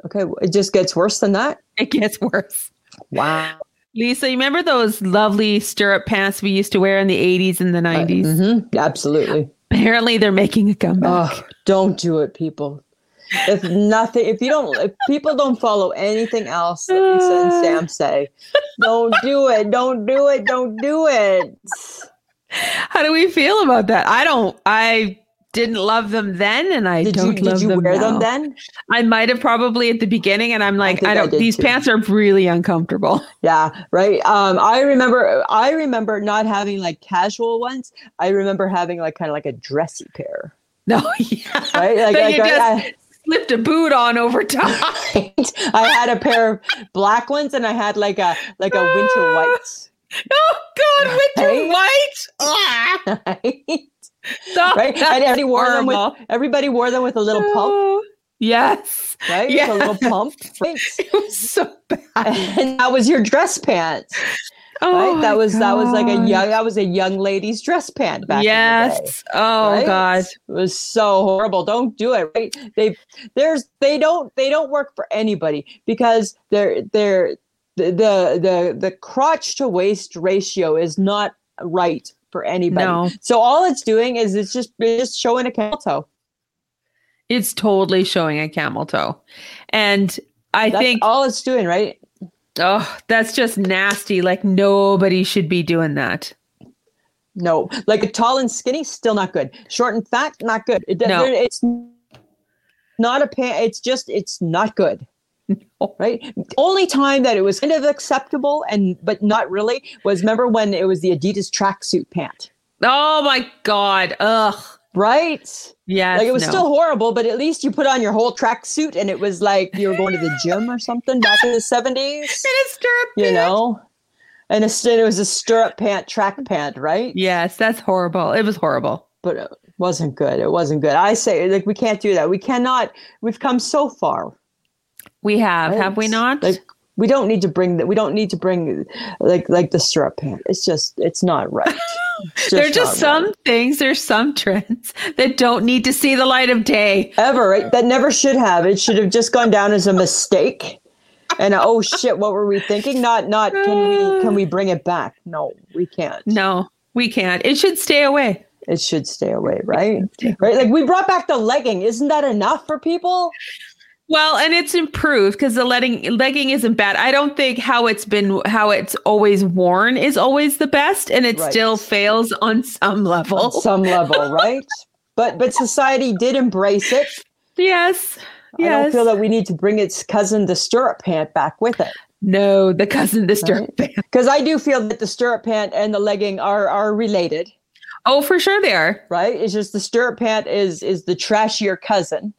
Okay, it just gets worse than that. It gets worse. Wow. Lisa, you remember those lovely stirrup pants we used to wear in the 80s Uh, and the 90s? Mhm, Absolutely. Apparently, they're making a comeback. Oh, don't do it, people. If nothing, if you don't, if people don't follow anything else that Lisa and Sam say, don't do it. Don't do it. Don't do it. How do we feel about that? I don't. I didn't love them then, and I Did you don't love did you them wear now. them then? I might have probably at the beginning, and I'm like, think I, I don't. did these too. pants are really uncomfortable. Yeah, right. Um, I remember I remember not having like casual ones. I remember having like kind of like a dressy pair. No, yeah. Right? Like, Then like you just I, slipped a boot on over top. I, I had a pair of black ones and I had like a like a winter white. oh God, winter Right? white. Ah, Right? stop. right? And That's everybody wore them with horrible. everybody wore them with a little pump, Oh, Yes, right? With a little pump. Right? it was so bad. And that was your dress pants. Right? Oh, my that was that was like a God. young that was a young lady's dress pant back in the day. Yes. Oh right? God. it was so horrible don't do it right they there's they don't they don't work for anybody because they're they're the the the, the crotch to waist ratio is not right for anybody No. so all it's doing is it's just it's just showing a camel toe It's totally showing a camel toe. And I that's think, all it's doing right oh, that's just nasty. Like, nobody should be doing that. no like a tall and skinny still not good short and fat not good it, No. it's not a pant it's just it's not good right only time that it was kind of acceptable and but not really was remember when it was the adidas tracksuit pant Oh my god. Ugh. right Yeah. like it was no. still horrible but at least you put on your whole tracksuit and it was like you were going to the gym or something back in the 70s in a stirrup. you pant. know and it's- and it was a stirrup pant track pant right Yes, that's horrible. It was horrible. but it wasn't good it wasn't good i say like we can't do that we cannot we've come so far We have, have we Right. not? Like we don't need to bring that. We don't need to bring like like the syrup pan. It's just it's not right. It's There are just not some things, there's some trends that don't need to see the light of day. right. ever right that never should have. It should have just gone down as a mistake. And oh shit, what were we thinking? Not not can we can we bring it back? No, we can't. No, we can't. It should stay away. It should stay away, right? Right? Like we brought back the legging. Isn't that enough for people? Well, and it's improved because the letting, legging isn't bad. I don't think how it's been, how it's always worn is always the best, and it Right. still fails on some level. On some level, right? But but society did embrace it. yes, I yes. don't feel that we need to bring its cousin the stirrup pant back with it. no, the cousin, the stirrup band. Because I do feel that the stirrup pant and the legging are are related, Oh, for sure they are. right? It's just the stirrup pant is is the trashier cousin.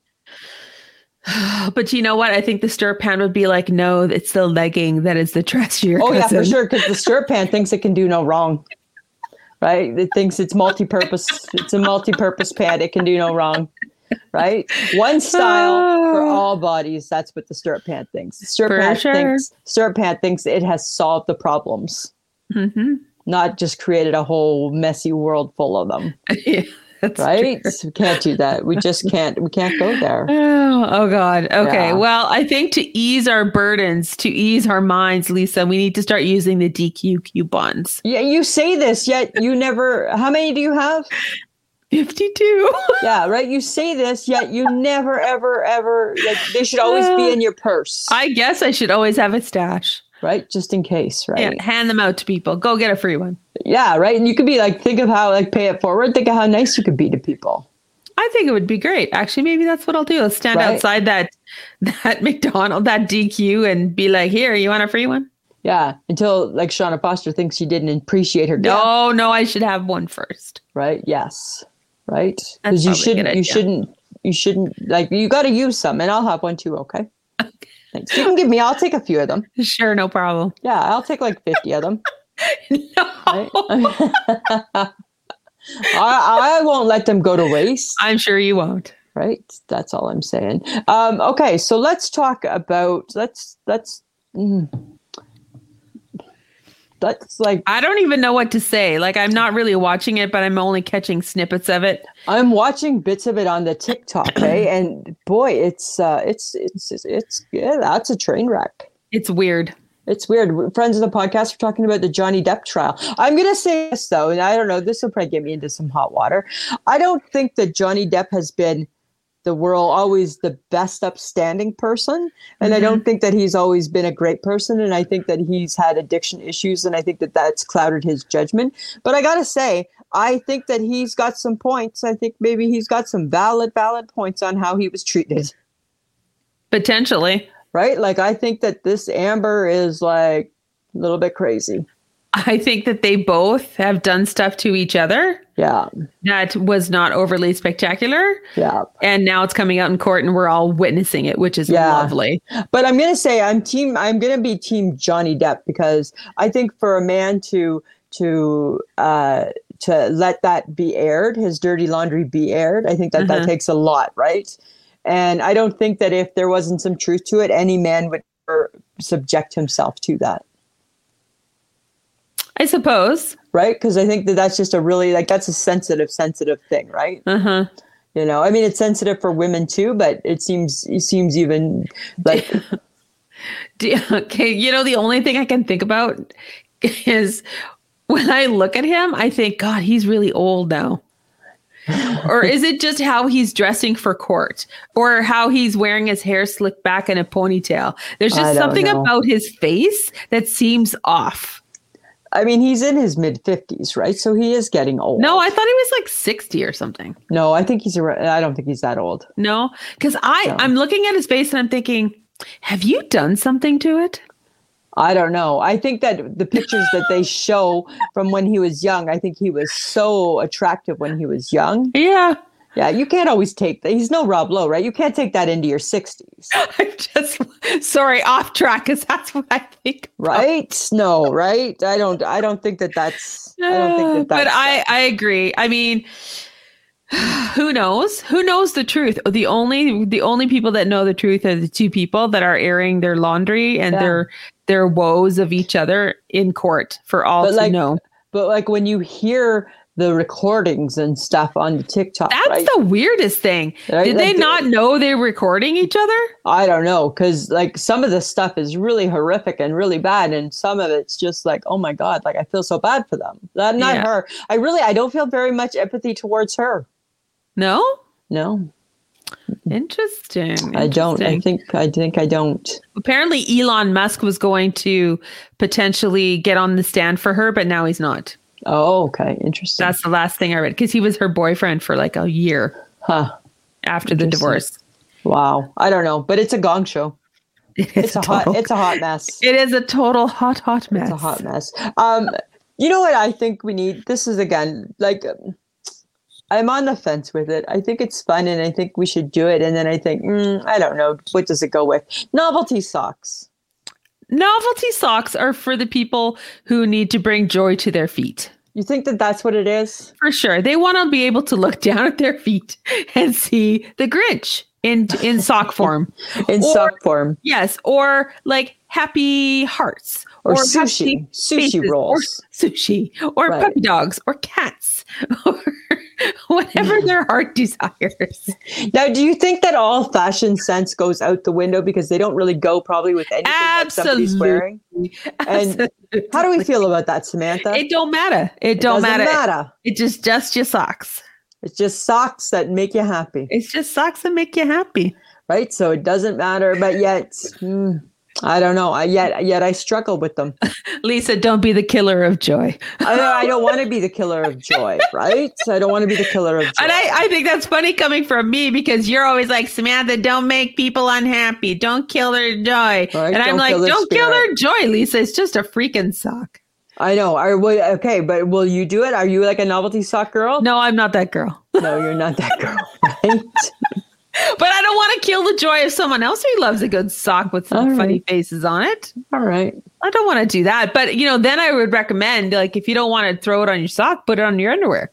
But you know what? I think the stirrup pan would be like, no, it's the legging that is the trashier. Oh yeah, for cousin. sure. Because the stirrup pant thinks it can do no wrong, right? It thinks it's multi-purpose. It's a multi-purpose pant. It can do no wrong, right? One style for Ah. all bodies. That's what the stirrup pant thinks. The stirrup For pant sure. thinks stirrup pant thinks it has solved the problems, Mhm. not just created a whole messy world full of them. yeah, that's right? true. We can't do that. We just can't. We can't go there. Oh, oh God. Okay. Yeah. Well, I think to ease our burdens, to ease our minds, Lisa, we need to start using the DQ coupons. Yeah, you say this, yet you never. How many do you have? Fifty-two. Yeah, right. You say this, yet you never, ever, ever. Like, they should always be in your purse, I guess I should always have a stash. right? Just in case, Yeah, right? Yeah. hand them out to people. Go get a free one. right. And you could be like, think of how like pay it forward. Think of how nice you could be to people. I think it would be great. Actually, maybe that's what I'll do. Let's stand Right. outside that that McDonald, that DQ, and be like, "Here, you want a free one?" Yeah, until like Shauna Foster thinks you didn't appreciate her. gift, No, Oh, no, I should have one first. right. Yes, right. That's Because probably you a good shouldn't. You idea. shouldn't. You shouldn't. Like you got to use some, and I'll have one too. Okay. Thanks. You can give me. I'll take a few of them. Sure, no problem. Yeah, I'll take like 50 of them. No, Right? I, I won't let them go to waste, I'm sure you won't. right? That's all I'm saying. Um, okay, so let's talk about let's let's mm, let's like I don't even know what to say. Like I'm not really watching it, but I'm only catching snippets of it. I'm watching bits of it on the TikTok, eh? And boy, it's uh, it's it's it's yeah, that's a train wreck. It's weird. It's weird. Friends of the podcast are talking about the Johnny Depp trial. I'm going to say this, though, and I don't know, this will probably get me into some hot water. I don't think that Johnny Depp has been the world always the best upstanding person. And I don't think that he's always been a great person. And I think that he's had addiction issues. And I think that that's clouded his judgment. But I got to say, I think that he's got some points. I think maybe he's got some valid, valid points on how he was treated Potentially, right? Like I think that this Amber is like a little bit crazy. I think that they both have done stuff to each other Yeah, that was not overly spectacular, yeah. and now it's coming out in court, and we're all witnessing it, which is Yeah. lovely. But I'm gonna say I'm team. I'm gonna be team Johnny Depp because I think for a man to to uh, to let that be aired, his dirty laundry be aired, I think that that Mhm. takes a lot, right? And I don't think that if there wasn't some truth to it, any man would ever subject himself to that. I suppose. Right, because I think that that's just a really like that's a sensitive, sensitive thing, right? Uh huh. you know i mean it's sensitive for women too but it seems it seems even like Okay, you know the only thing I can think about is when I look at him, I think, God, he's really old now. or is it just how he's dressing for court or how he's wearing his hair slicked back in a ponytail? There's I just don't something know. about his face that seems off. i mean he's in his mid 50s right so he is getting old No, I thought he was like 60 or something. no i think he's around, i don't think he's that old No, because I No. I'm looking at his face and I'm thinking Have you done something to it? I don't know. I think that the pictures that they show from when he was young, I think he was so attractive when he was young. Yeah. Yeah, you can't always take that. He's no Rob Lowe, right? You can't take that into your 60s, I'm just sorry, off track because that's what I think. right? No, right? I don't I don't think that that's I don't think that that's but I, I agree. I mean, who knows? Who knows the truth? The only the only people that know the truth are the two people that are airing their laundry and Yeah. their their woes of each other in court for all But, to like, know. but like when you hear the recordings and stuff on the TikTok, That's right? the weirdest thing. uh, Right? Did Like, they the- not know they were recording each other? I don't know, because like some of the stuff is really horrific and really bad, and some of it's just like, oh my god, like I feel so bad for them. Not, not Yeah. her. I really, I don't feel very much empathy towards her. No? No, Interesting. I don't. I Interesting. think, I think I don't. Apparently Elon Musk was going to potentially get on the stand for her, but now he's not. Oh, okay, interesting. That's the last thing I read because he was her boyfriend for like a year huh. after the Interesting. divorce. Wow. I don't know, but it's a gong show. It It's, a hot. total- It's a hot mess. it is a total hot, hot mess. It's a hot mess. Um, you know what I think we need? This is again like um, I'm on the fence with it. I think it's fun, and I think we should do it. And then I think mm, I don't know what does it go with novelty socks. Novelty socks are for the people who need to bring joy to their feet. You think that that's what it is? For sure. They want to be able to look down at their feet and see the Grinch in in sock form. In Or- sock form Yes, or like happy hearts or, happy sushi, faces, sushi rolls. or sushi or Right. puppy dogs or cats or whatever their heart desires. now, do you think that all fashion sense goes out the window because they don't really go probably with anything that somebody's Absolutely. wearing? And How do we Absolutely. feel about that, Samantha? It don't matter. It, don't doesn't matter. It just just your socks. It's just socks that make you happy. It's just socks that make you happy. right? So it doesn't matter, but yet, hmm, I don't know. I yet, yet I struggle with them. Lisa, don't be the killer of joy. I, I don't want to be the killer of joy, right? I don't want to be the killer of joy. And I, I think that's funny coming from me because you're always like, Samantha, don't make people unhappy. Don't kill their joy. Right, and I'm don't like, kill their don't kill their joy, Lisa. It's just a freaking sock. I know. Are we, okay, but will you do it? Are you like a novelty sock girl? No, I'm not that girl. no, you're not that girl, right? But I don't want to kill the joy of someone else who loves a good sock with some All funny right. faces on it. All right. I don't want to do that. But, you know, then I would recommend, like, if you don't want to throw it on your sock, put it on your underwear.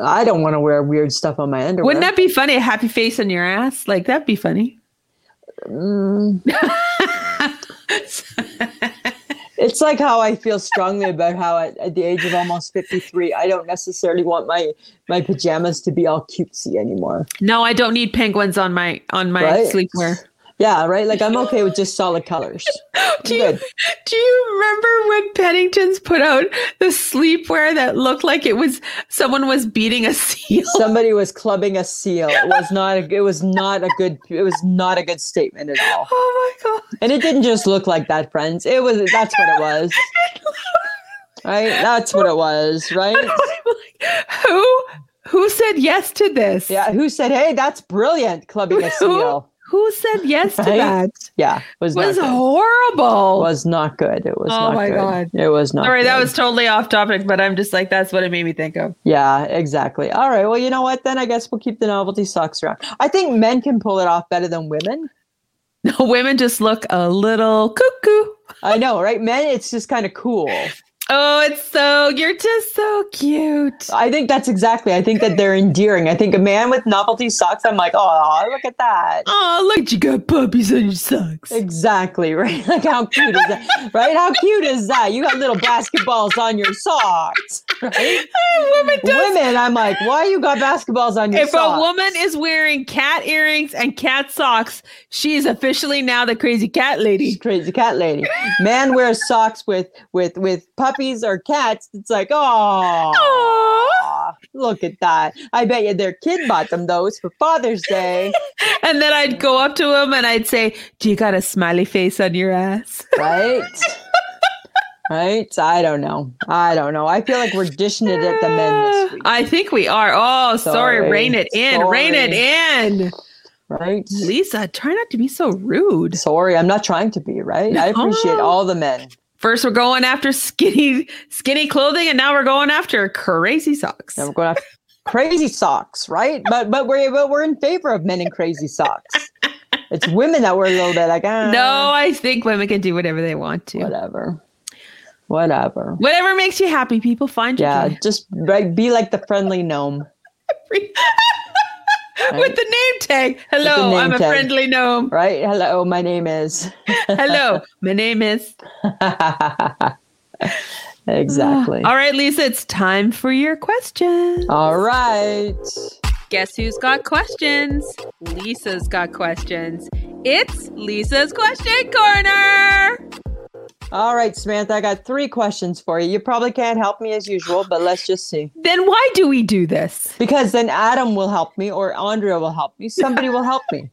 I don't want to wear weird stuff on my underwear. Wouldn't that be funny? A happy face on your ass? Like, that'd be funny. Mm. It's like how I feel strongly about how at, at the age of almost 53, I don't necessarily want my my pajamas to be all cutesy anymore. No, I don't need penguins on my on my Right. sleepwear. Yeah, right? Like I'm okay with just solid colors. Do you, Good. do you remember when Pennington's put out the sleepwear that looked like it was someone was beating a seal? somebody was clubbing a seal. It was not a, it was not a good it was not a good statement at all. Oh my god. And it didn't just look like that, friends. It was that's what it was. Right? That's what it was, right? I'm like, who who said yes to this? Yeah, who said, "Hey, that's brilliant clubbing a seal." Who said yes to Right? that? Yeah, was It was not good. horrible. was not good. It was Oh not my good. God. It was not Sorry, that good. was totally off topic, but I'm just like that's what it made me think of. Yeah, exactly. All right. Well, you know what? Then I guess we'll keep the novelty socks around. I think men can pull it off better than women. No, women just look a little cuckoo. I know, right? Men, it's just kind of cool. Oh, it's so you're just so cute. I think that's exactly. I think that they're endearing. I think a man with novelty socks, I'm like, oh, look at that. Oh, look, you got puppies on your socks. Exactly, right? Like, how cute is that? Right? How cute is that? You got little basketballs on your socks. Right? Women don't Women, I'm like, why you got basketballs on your If socks? a woman is wearing cat earrings and cat socks, she is officially now the crazy cat She's lady. crazy cat lady. Man wears socks with with with puppies or cats. It's like, oh, Aww. look at that. I bet you their kid bought them those for Father's Day. And then I'd go up to him and I'd say, Do you got a smiley face on your ass? right? right? I don't know. I don't know. I feel like we're dishing it at the men this week. I think we are. Oh, sorry. Sorry. Rein it in. Rein it in. right? Lisa, try not to be so rude. Sorry, I'm not trying to be, right? I appreciate No. all the men. First, we're going after skinny, skinny clothing, and now we're going after crazy socks. Now we're going to have crazy socks, right? But but we're but we're in favor of men in crazy socks. It's women that were a little bit like ah, No, I think women can do whatever they want to. Whatever, whatever, whatever. makes you happy, people find you. Yeah, just right, be like the friendly gnome. With Right. the name tag. Hello, name I'm a tag. friendly gnome. Right? Hello, my name is. Hello, my name is. exactly. Ah. All right, Lisa, it's time for your question. All right. Guess who's got questions? Lisa's got questions. It's Lisa's question corner. All right, Samantha, I got three questions for you. You probably can't help me as usual, but let's just see. Then why do we do this? Because then Adam will help me or Andrea will help me. Somebody will help me.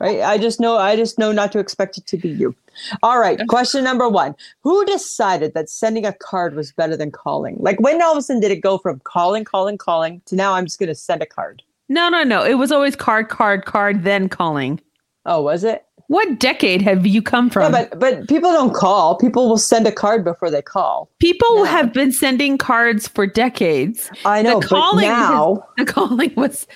Right? I just know I just know not to expect it to be you. All right, question number 1. Who decided that sending a card was better than calling? Like when all of a sudden did it go from calling, calling, calling to now I'm just going to send a card? No, no, no. It was always card, card, card, then calling. Oh, was it? What decade have you come No, from? but but people don't call. People will send a card before they call. People No. have been sending cards for decades. I know, but calling is- now The calling was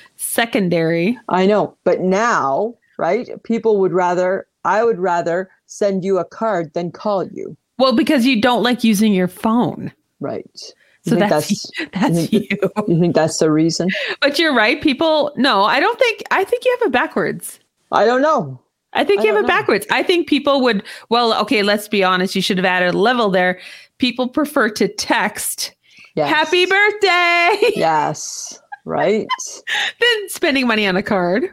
secondary. I know, but now, right? People would rather I would rather send you a card than call you, Well, because you don't like using your phone. right? You So think that's that's you. Mhm. you think that's the reason? But you're right. People, no, I don't think. I think you have it backwards. I don't know. I think I you have don't it know. backwards. I think people would. Well, okay, let's be honest. You should have added a level there. People prefer to text Yes. "Happy birthday" Yes, right? than spending money on a card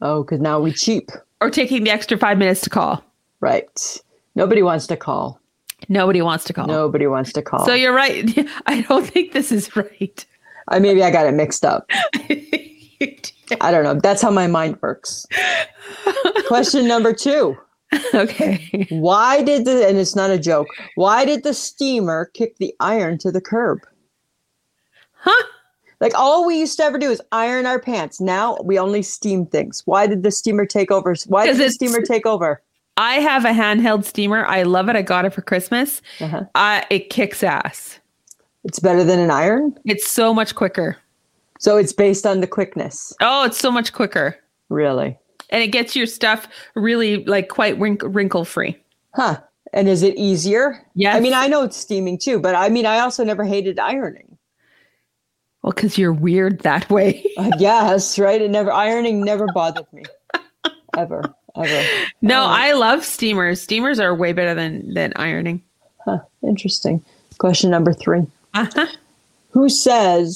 Oh, because now we cheap, or taking the extra five minutes to call. right? Nobody wants to call. Nobody wants to call. Nobody wants to call. Oh. So you're right. I don't think this is right. I maybe I got it mixed up. You did. I don't know. That's how my mind works. Question number two. okay. Why did the and it's not a joke. Why did the steamer kick the iron to the curb? Huh? Like all we used to ever do is iron our pants. Now we only steam things. Why did the steamer take over? Why did 'Cause the it's- steamer take over? I have a handheld steamer. I love it. I got it for Christmas. Uh-huh. I, it kicks ass. It's better than an iron, It's so much quicker. so it's based on the quickness. Oh, it's so much quicker. Really, And it gets your stuff really like quite wrink- wrinkle free. huh? And is it easier? Yes. I mean, I know it's steaming too, but I mean, I also never hated ironing. Well, because you're weird that way. I guess right. It never ironing never bothered me, ever, ever. no, Oh. I love steamers. Steamers are way better than than ironing. Interesting. Question number three. Uh-huh. who says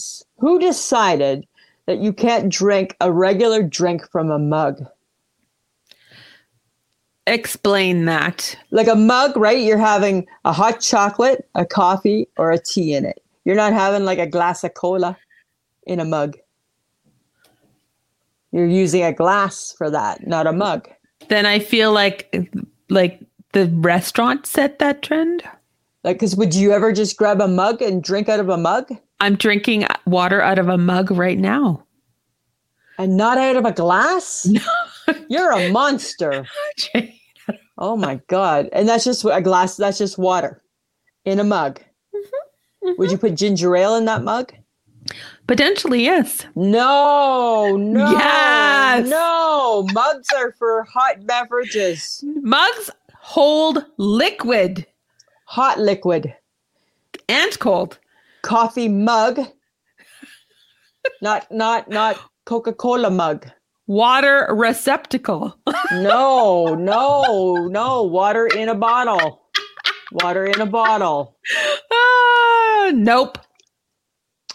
who decided that you can't drink a regular drink from a mug Explain that. like a mug right you're having a hot chocolate a coffee or a tea in it you're not having like a glass of cola in a mug you're using a glass for that not a mug Then I feel like like the restaurant set that trend. like because would you ever just grab a mug and drink out of a mug I'm drinking water out of a mug right now. and not out of a glass you're a monster Oh my god! And that's just a glass. That's just water in a mug. Would you put ginger ale in that mug? Potentially, yes. No, no, Yes! no. Mugs are for hot beverages, Mugs hold liquid hot liquid, and cold. coffee mug. Not, not, not Coca Cola mug. Water receptacle. No, no, no. Water in a bottle. Water in a bottle. Ah, nope.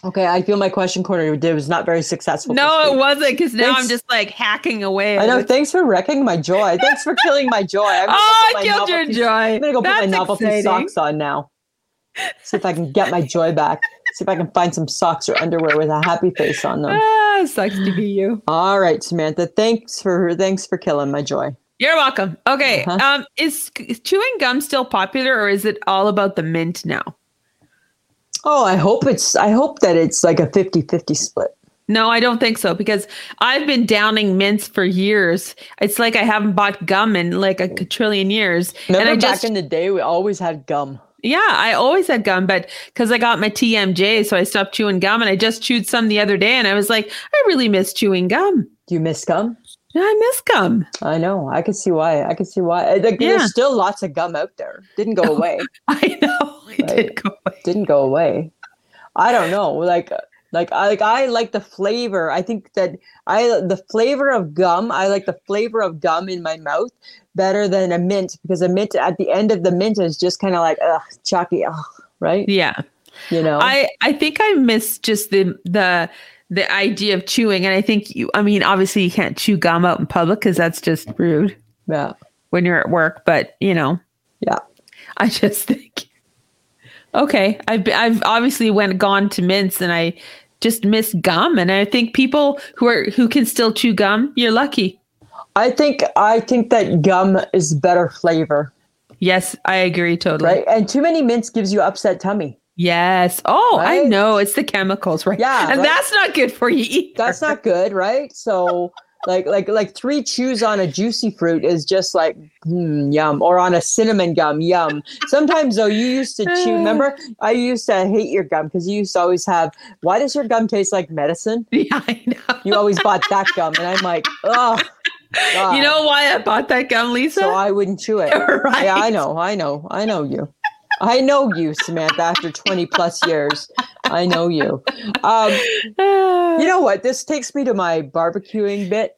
Okay, I feel my question corner did was not very successful. this No, week. it wasn't because now I'm Thanks. just like hacking away. I at know. it. Thanks for wrecking my joy. Thanks for killing my joy. I'm gonna Oh, I go put my killed your novelty- joy. I'm gonna go put my That's novelty exciting. socks on now. See if I can get my joy back. See if I can find some socks or underwear with a happy face on them. Ah, sucks to be you. All right, Samantha. Thanks for thanks for killing my joy. You're welcome. Okay. Uh-huh. Um, is, is chewing gum still popular or is it all about the mint now? Oh, I hope it's I hope that it's like a 50-50 split. No, I don't think so because I've been downing mints for years. It's like I haven't bought gum in like a trillion years. Mm. Remember and I back just in the day, we always had gum. yeah, I always had gum, but because I got my TMJ, so I stopped chewing gum and I just chewed some the other day and I was like, I really miss chewing gum. Do you miss gum? I miss gum. I know. I can see why. I can see why. Uh, Like, Yeah. There's still lots of gum out there. Didn't go away. I know. It Right. did go away. Didn't go away. I don't know. Like, like I like I like the flavor. I think that I the flavor of gum. I like the flavor of gum in my mouth better than a mint because a mint at the end of the mint is just kind of like ugh, chalky, ugh, right? Yeah. You know. I I think I miss just the the the idea of chewing, and I think you. I mean, obviously you can't chew gum out in public because that's just rude yeah. when you're at work. But you know, Yeah. I just think okay. I've be- I've obviously went gone to mints, and I just miss gum, and I think people who are who can still chew gum, you're lucky. I think I think that gum is better flavor, Yes, I agree totally. right? And too many mints gives you upset tummy. Yes. Oh, I Right? know it's the chemicals, right? Yeah, and right. that's not good for you. Either. That's not good, right? So like like like three chews on a juicy fruit is just like hmm, yum, or on a cinnamon gum, yum. Sometimes though, you used to chew. Remember, I used to hate your gum because you used to always have. Why does your gum taste like medicine? Yeah, I know. You always bought that gum, and I'm like, oh, You know why I bought that gum, Lisa? so I wouldn't chew it. right. Yeah, I know, I know, I know you. I know you, Samantha, after 20 plus years. I know you. Um, you know what? This takes me to my barbecuing bit.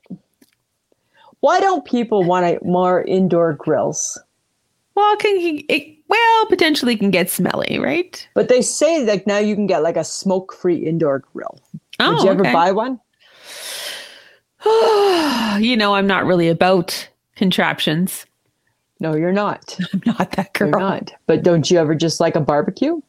Why don't people want a, more indoor grills? well, can he, it, well potentially can get smelly, right? But they say that now you can get like a smoke free indoor grill. Would you ever Oh, okay. buy one? you know, I'm not really about contraptions. No, you're not. I'm not that You're girl. not. But don't you ever just like a barbecue?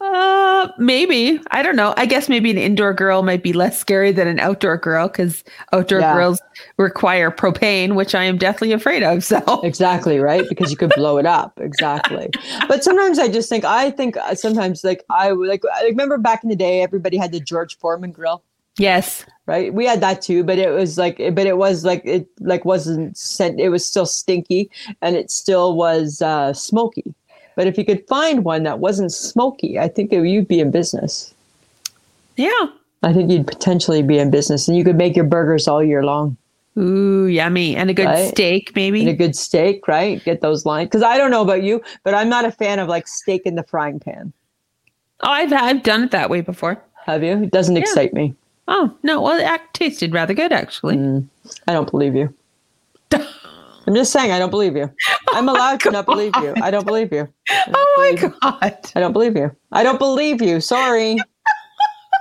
Uh, maybe I don't know. I guess maybe an indoor girl might be less scary than an outdoor girl because outdoor Yeah. girls require propane, which I am deathly afraid of. So Exactly, right? Because you could blow it up. Exactly. But sometimes I just think I think uh, sometimes like I would- like I remember back in the day everybody had the George Foreman grill, yes, right? We had that too, but it was like but it was like it like wasn't scent it was still stinky and it still was uh smoky. But if you could find one that wasn't smoky, I think it, you'd be in business. yeah. I think you'd potentially be in business and you could make your burgers all year long. Ooh, yummy, and a good Right. steak, maybe. And a good steak, right? Get those lines. Because I don't know about you, but I'm not a fan of like steak in the frying pan. oh, I've I've done it that way before. Have you? It doesn't excite me. Oh no, well, it act- tasted rather good actually. I don't believe you. I'm just saying, I don't believe you. I'm allowed to not believe you. I don't believe you. Oh my god. I don't believe you. I don't believe you. Sorry.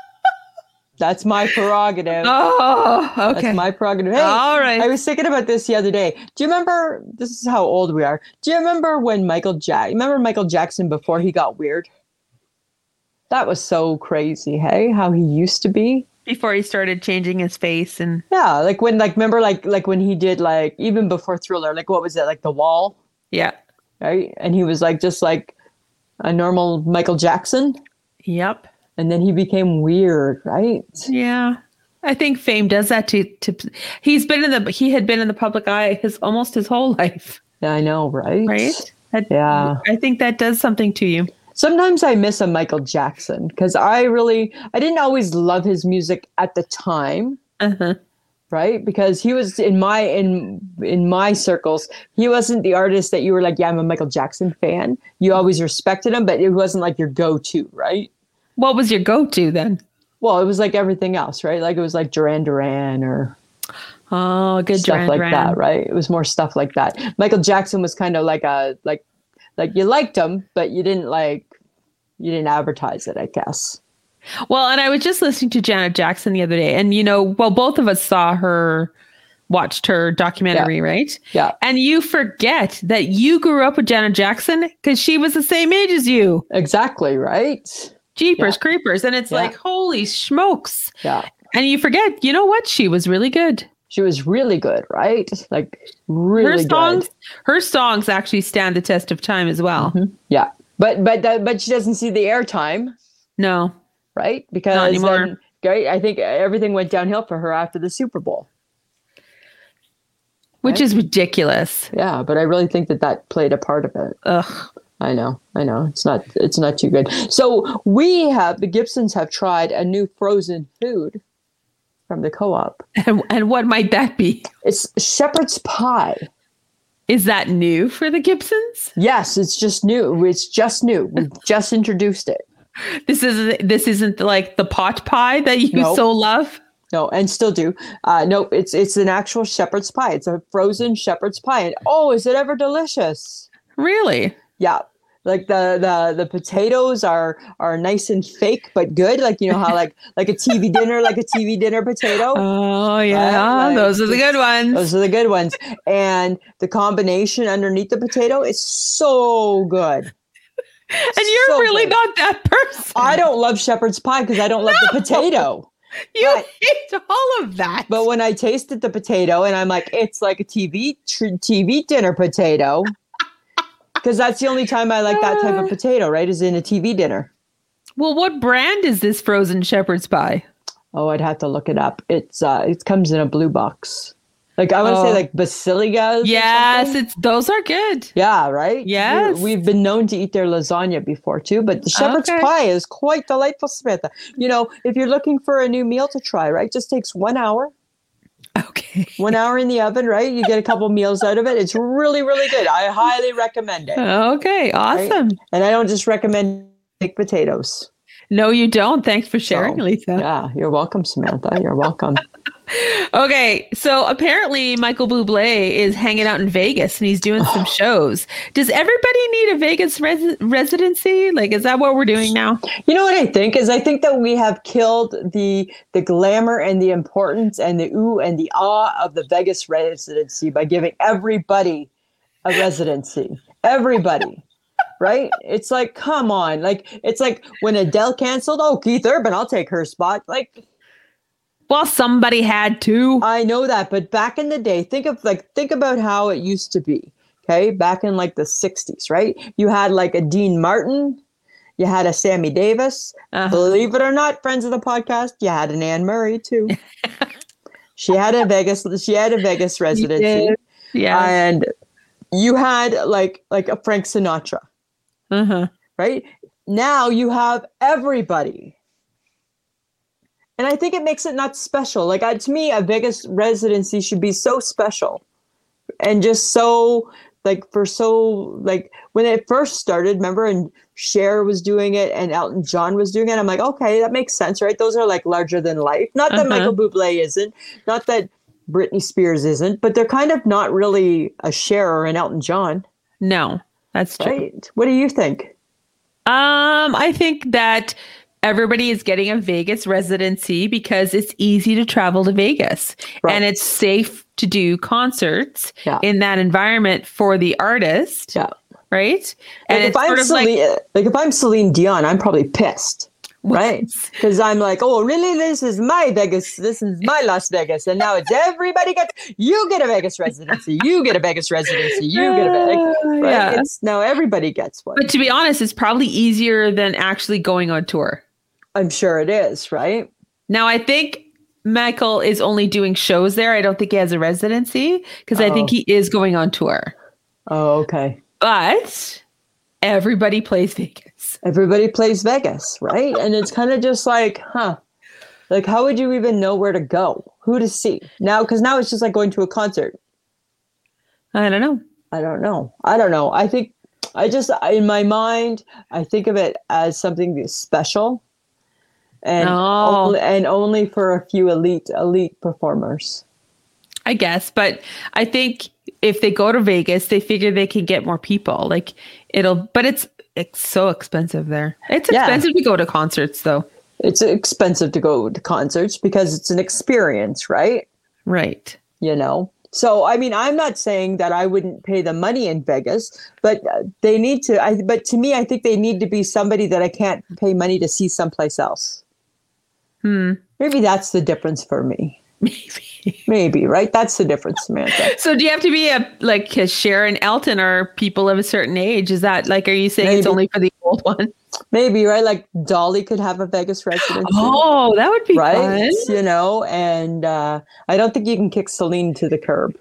That's my prerogative. Oh, okay. Oh, That's my prerogative. Hey, All right. I was thinking about this the other day. Do you remember? This is how old we are. Do you remember when Michael Jack? Remember Michael Jackson before he got weird? That was so crazy. Hey, how he used to be. Before he started changing his face and Yeah, like when, like remember, like like when he did, like even before Thriller, like what was it, like The Wall, yeah. right? And he was like just like a normal Michael Jackson, Yep. and then he became weird, right? Yeah. I think fame does that to to he's been in the he had been in the public eye his almost his whole life, Yeah, I know, right? right? That- Yeah. I think that does something to you. sometimes I miss a Michael Jackson because I really I didn't always love his music at the time, Uh-huh. right? Because he was in my in in my circles, he wasn't the artist that you were like, yeah, I'm a Michael Jackson fan. You always respected him, but it wasn't like your go-to, right? What was your go-to then? Well, it was like everything else, right? Like it was like Duran Duran or Oh, good stuff Duran like Duran. that, right? It was more stuff like that. Michael Jackson was kind of like a like like you liked him, but you didn't like you didn't advertise it, I guess. Well, and I was just listening to Janet Jackson the other day, and you know, well, both of us saw her, watched her documentary, right? Yeah. And you forget that you grew up with Janet Jackson because she was the same age as you. Exactly, right? Jeepers, creepers. And it's Yeah. like, holy smokes. Yeah. And you forget, you know what? She was really good. She was really good, right? Like Her really songs, good. her songs actually stand the test of time as well. Mm-hmm. Yeah. But but that, but she doesn't see the airtime, No. right? Because anymore. then- right? I think everything went downhill for her after the Super Bowl. which is ridiculous. Yeah, but I really think that that played a part of it. Ugh. I know, I know. It's not, it's not too good. So we have the Gibsons have tried a new frozen food from the co-op. And, and what might that be? It's shepherd's pie. Is that new for the Gibsons? Yes, it's just new. It's just new. We just introduced it. This is this isn't like the pot pie that you Nope. so love. No, and still do. Uh, no, it's it's an actual shepherd's pie. It's a frozen shepherd's pie. And oh, is it ever delicious? Really? Yeah. Like the, the the potatoes are are nice and fake but good. Like you know how like like a TV dinner, like a TV dinner potato. Oh yeah, like, those are the good ones. Those are the good ones. And the combination underneath the potato is so good. and you're so really good. not that person. I don't love shepherd's pie because I don't love the potato. you but- hate all of that. But when I tasted the potato, and I'm like, it's like a TV tr- TV dinner potato, because that's the only time I like that type Uh. of potato, right? Is in a TV dinner. well, what brand is this frozen shepherd's pie? Oh, I'd have to look it up. It's uh, it comes in a blue box. Like I want to Oh. say, like Basilica. Yes, it's those are good. Yeah, right? We- Yes. We've been known to eat their lasagna before too, but the shepherd's Okay. pie is quite delightful, Samantha. You know, if you're looking for a new meal to try, right? Just takes one hour, Okay. one hour in the oven, right? You get a couple meals out of it. It's really, really good. I highly recommend it. Okay, awesome. And I don't just recommend baked potatoes. No, you don't. Thanks for sharing, So, Lisa. Yeah, you're welcome, Samantha. You're welcome. Okay, so apparently Michael Bublé is hanging out in Vegas and he's doing some shows. Does everybody need a Vegas res- residency? Like, is that what we're doing now? You know what I think is I think that we have killed the the glamour and the importance and the ooh and the ah of the Vegas residency by giving everybody a residency. Everybody. Right? It's like, come on. Like it's like when Adele canceled, oh Keith Urban, I'll take her spot. Like, Well, somebody had to. I know that, but back in the day, think of like think about how it used to be. Okay, back in like the '60s, right? You had like a Dean Martin, you had a Sammy Davis. Uh, Believe it or not, friends of the podcast, you had an Anne Murray too. she had a Vegas. She had a Vegas residency, yeah. and you had like like a Frank Sinatra, Uh-huh. right? Now you have everybody. And I think it makes it not special. Like I, to me, a Vegas residency should be so special, and just so like for so like when it first started. Remember, and Cher was doing it, and Elton John was doing it. I'm like, okay, that makes sense, right? Those are like larger than life. Not that Uh-huh. Michael Bublé isn't, not that Britney Spears isn't, but they're kind of not really a Cher or an Elton John, No, that's true. right? What do you think? Um, I think that everybody is getting a Vegas residency because it's easy to travel to Vegas Right. and it's safe to do concerts Yeah. in that environment for the artist, Yeah. right? Like And if it's I'm sort of like Celine, like, if I'm Celine Dion, I'm probably pissed, right? Because I'm like, oh, really? This is my Vegas. This is my Las Vegas, and now it's everybody gets. You get a Vegas residency. You get a Vegas residency. You get a Vegas. Uh, Right? yeah. It's, now everybody gets one. But to be honest, it's probably easier than actually going on tour. I'm sure it is, right? Now, I think Michael is only doing shows there. I don't think he has a residency because I think Oh. he is going on tour. Oh, okay. But everybody plays Vegas. Everybody plays Vegas, right? And it's kind of just like, huh? Like, how would you even know where to go, who to see now? Because now it's just like going to a concert. I don't know. I don't know. I don't know. I think I just in my mind I think of it as something that's special and Oh. only, and only for a few elite elite performers. I guess, but I think if they go to Vegas, they figure they can get more people. Like it'll, but it's it's so expensive there. It's Yeah. expensive to go to concerts, though. It's expensive to go to concerts because it's an experience, right? Right. You know. So I mean, I'm not saying that I wouldn't pay the money in Vegas, but uh, they need to I but to me I think they need to be somebody that I can't pay money to see someplace else. Hmm. Maybe that's the difference for me. Maybe. Maybe, right? That's the difference, Samantha. So do you have to be a like a Sharon Elton or people of a certain age? Is that like are you saying it's Maybe. only for the old one? Maybe, right? Like Dolly could have a Vegas residency. Oh, that would be right? fun. You know, and uh, I don't think you can kick Celine to the curb.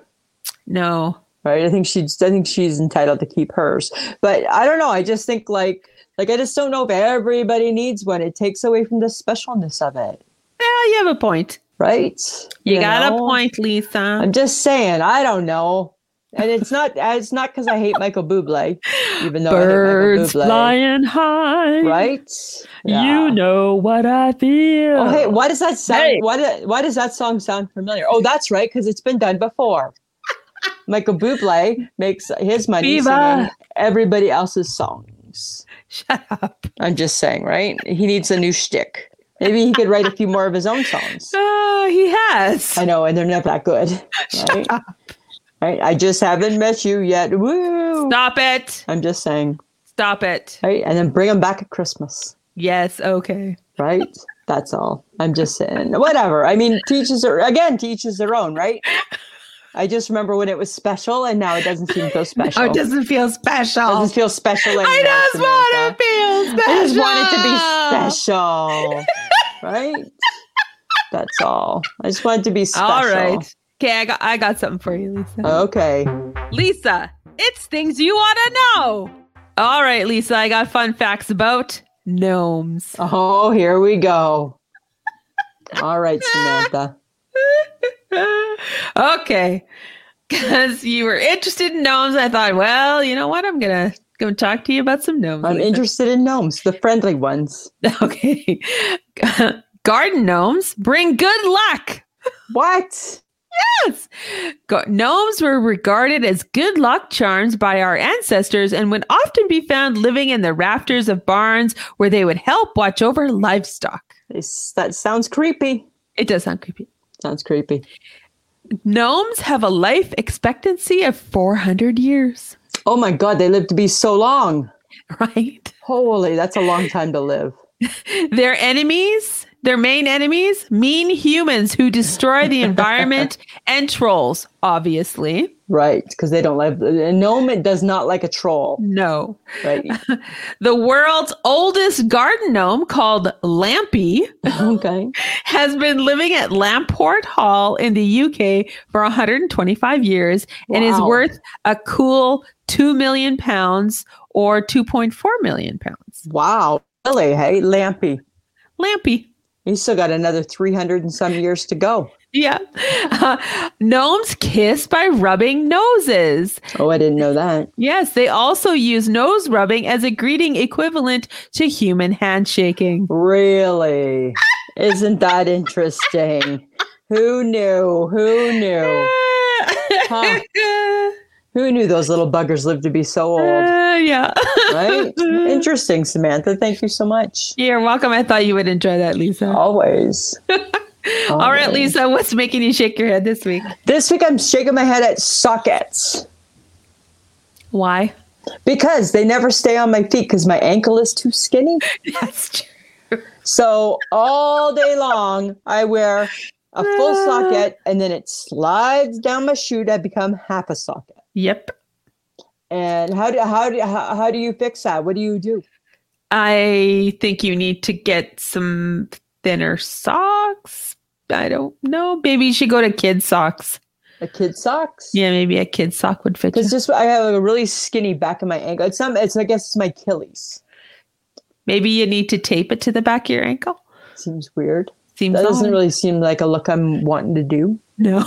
No. right? I think she's I think she's entitled to keep hers. But I don't know. I just think like like I just don't know if everybody needs one. It takes away from the specialness of it, Yeah, you have a point. right? You, got know? a point, Lisa. I'm just saying. I don't know. And it's not it's not because I hate Michael Bublé, even though Birds I hate Michael Bublé, flying high. right? You know what I feel. Oh hey, why does that sound? Hey. Why do, why does that song sound familiar? Oh, that's right, because it's been done before. Michael Bublé makes his money Viva. singing everybody else's songs. Shut up. I'm just saying, right? He needs a new shtick. Maybe he could write a few more of his own songs. Oh, he has. I know, and they're not that good. Right? right? I just haven't met you yet. Woo! Stop it. I'm just saying, Stop it. right? And then bring him back at Christmas, Yes. Okay. right? That's all. I'm just saying, whatever. I mean, teaches their again, teaches their own, right? I just remember when it was special, and now it doesn't seem so special. Oh, it doesn't feel special. doesn't feel special anymore. I just Samantha. want to feel special. I just want it to be special, right? That's all. I just want it to be special. Uh, All right. Okay, I got, I got something for you, Lisa. Okay. Lisa, it's things you want to know. All right, Lisa, I got fun facts about gnomes. Oh, here we go. All right, Samantha. okay. Because you were interested in gnomes, I thought, well, you know what? I'm going to go talk to you about some gnomes. I'm Lisa. interested in gnomes, the friendly ones. Okay. Garden gnomes bring good luck. What? Yes. Go- Gnomes were regarded as good luck charms by our ancestors and would often be found living in the rafters of barns where they would help watch over livestock. This, that sounds creepy. It does sound creepy. Sounds creepy. Gnomes have a life expectancy of 400 years, Oh my God, they live to be so long. right? Holy, that's a long time to live. Their enemies, their main enemies, mean humans who destroy the environment and trolls, obviously. Right, because they don't live. A gnome does not like a troll. No. Right. The world's oldest garden gnome called Lampy okay. has been living at Lamport Hall in the UK for 125 years and is Wow. worth a cool 2 million pounds or 2.4 million pounds. Wow. Really? Hey, Lampy. Lampy. He's still got another 300 and some years to go. Yeah. Uh, gnomes kiss by rubbing noses. Oh, I didn't know that. Yes, they also use nose rubbing as a greeting equivalent to human handshaking. Really? Isn't that interesting? Who knew? Who knew? Huh. Who knew those little buggers lived to be so old? Uh, yeah. Right? Interesting, Samantha. Thank you so much. You're welcome. I thought you would enjoy that, Lisa. Always. All right, Always. Lisa, what's making you shake your head this week? This week I'm shaking my head at sockets Why? because they never stay on my feet because my ankle is too skinny. That's true. So all day long, I wear a full socket and then it slides down my shoe to become half a socket. Yep. And how do how do how, how do you fix that? What do you do? I think you need to get some thinner socks. I don't know. Maybe you should go to kid socks. A kid socks? Yeah, maybe a kid sock would fit you. Because just I have a really skinny back of my ankle. It's not. It's I guess it's my Achilles. Maybe you need to tape it to the back of your ankle. Seems weird. Seems That doesn't odd. really seem like a look I'm wanting to do. no.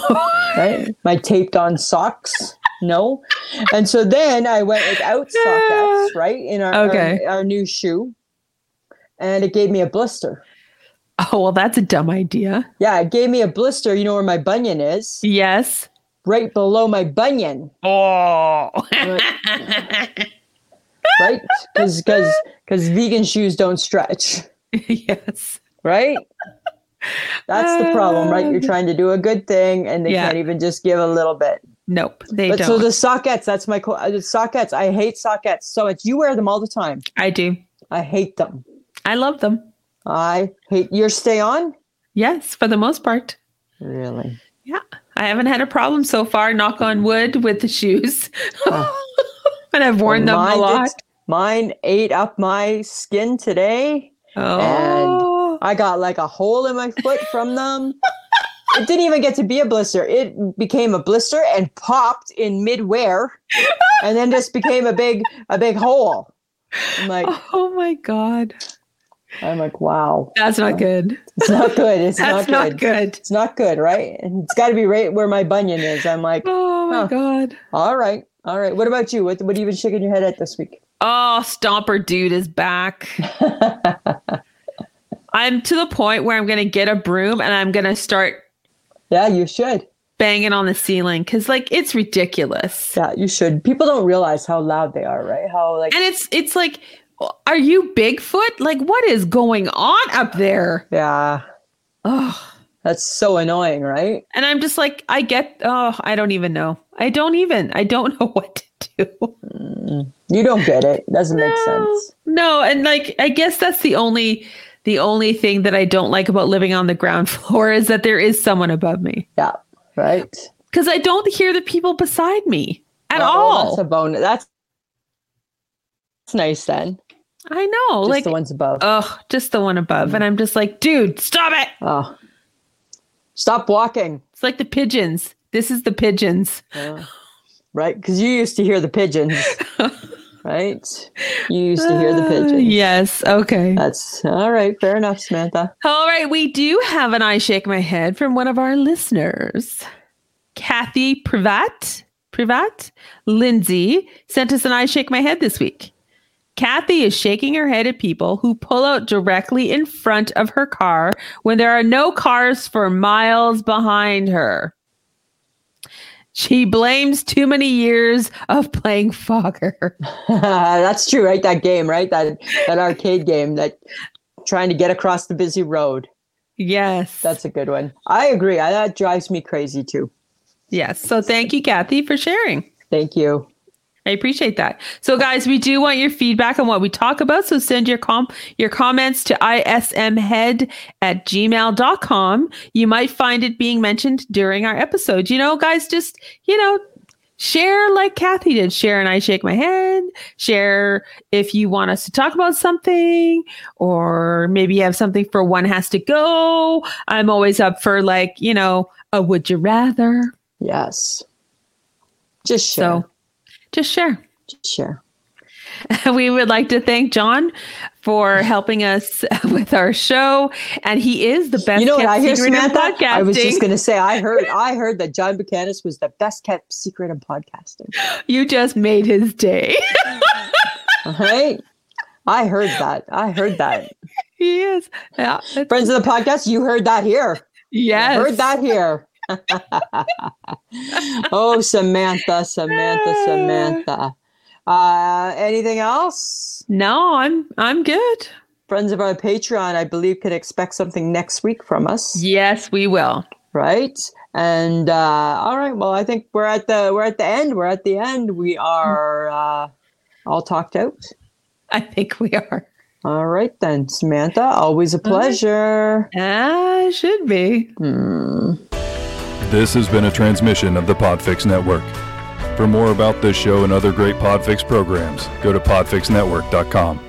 Right? my taped on socks. No. And so then I went without sockets. Right in our our- Okay. our new shoe, and it gave me a blister. oh well, that's a dumb idea. Yeah, it gave me a blister. You know where my bunion is? Yes. Right below my bunion, Oh. right? Because because because vegan shoes don't stretch, yes. right? That's the problem, right? You're Uh, trying to do a good thing, and they yeah. can't even just give a little bit. Nope. They But don't. so the sockets, that's my co- uh, the sockets. I hate sockets so much. You wear them all the time. I do. I hate them. I love them. I hate your stay on. Yes, for the most part. Really? Yeah, I haven't had a problem so far. Knock on wood with the shoes, Oh. and I've worn them a Mine lot. did- Mine ate up my skin today. Oh. I got like a hole in my foot from them. It didn't even get to be a blister. It became a blister and popped in midwear, and then just became a big a big hole. I'm like, oh my God. I'm like, wow, That's not good. it's not good. Oh, It's not That's good. not good. It's not good, right? And it's got to be right where my bunion is. I'm like, Oh my Huh. God. all right, all right. What about you? What what have you been shaking your head at this week? Oh, Stomper Dude is back. I'm to the point where I'm going to get a broom and I'm going to start yeah, you should. banging on the ceiling because, like, it's ridiculous. Yeah, you should. People don't realize how loud they are, right? How like, And it's it's like, are you Bigfoot? Like, what is going on up there? yeah, Oh, that's so annoying, right? and I'm just like, I get. Oh, I don't even know. I don't even. I don't know what to do. Mm, You don't get it. Doesn't make No. sense. No, and like I guess that's the only the only thing that I don't like about living on the ground floor is that there is someone above me. Yeah, right. Because I don't hear the people beside me at Well, all. That's a bonus. That's, that's nice then. I know. Just like the Mm. ones above. oh, just the one above. And I'm just like, dude, stop it. oh, stop walking. It's like the pigeons. This is the pigeons. Yeah. right? Because you used to hear the pigeons, right? You used to hear the Uh, pigeons. yes. Okay. That's all right. Fair enough, Samantha. All right, we do have an I shake my head from one of our listeners. Kathy Privat, Privat, Lindsay sent us an I shake my head this week. Kathy is shaking her head at people who pull out directly in front of her car when there are no cars for miles behind her. She blames too many years of playing Fogger. That's true, right? That game, right? That that arcade game that trying to get across the busy road. Yes. That's a good one. I agree. I, that drives me crazy too. yes. So thank you, Kathy, for sharing. Thank you. I appreciate that. So, guys, we do want your feedback on what we talk about. So, send your com- your comments to ismhead at gmail.com. You might find it being mentioned during our episode. You know, guys, just, you know, share like Kathy did. Share and I shake my head. Share if you want us to talk about something, or maybe you have something for one has to go. I'm always up for, like, you know, a would you rather. Yes. Just share. So, just share. Just share. we would like to thank John for helping us with our show, and he is the best. you know what kept I hear, secret in Samantha? I was just podcasting. going to say I heard I heard that John Buchanan was the best kept secret in podcasting. you just made his day. All right. I heard that. I heard that. he is. Yeah. Friends of the podcast, you heard that here. Yes. Heard that here. oh, Samantha, Samantha, Samantha. Uh, anything else? No, I'm I'm good. Friends of our Patreon, I believe, can expect something next week from us, Yes, we will. right? And uh, all right, well, I think we're at the we're at the end. We're at the end. We are uh, all talked out. I think we are. All right then, Samantha. Always a pleasure. Hmm. Ah, should be. This has been a transmission of the Podfix Network. For more about this show and other great Podfix programs, go to podfixnetwork.com.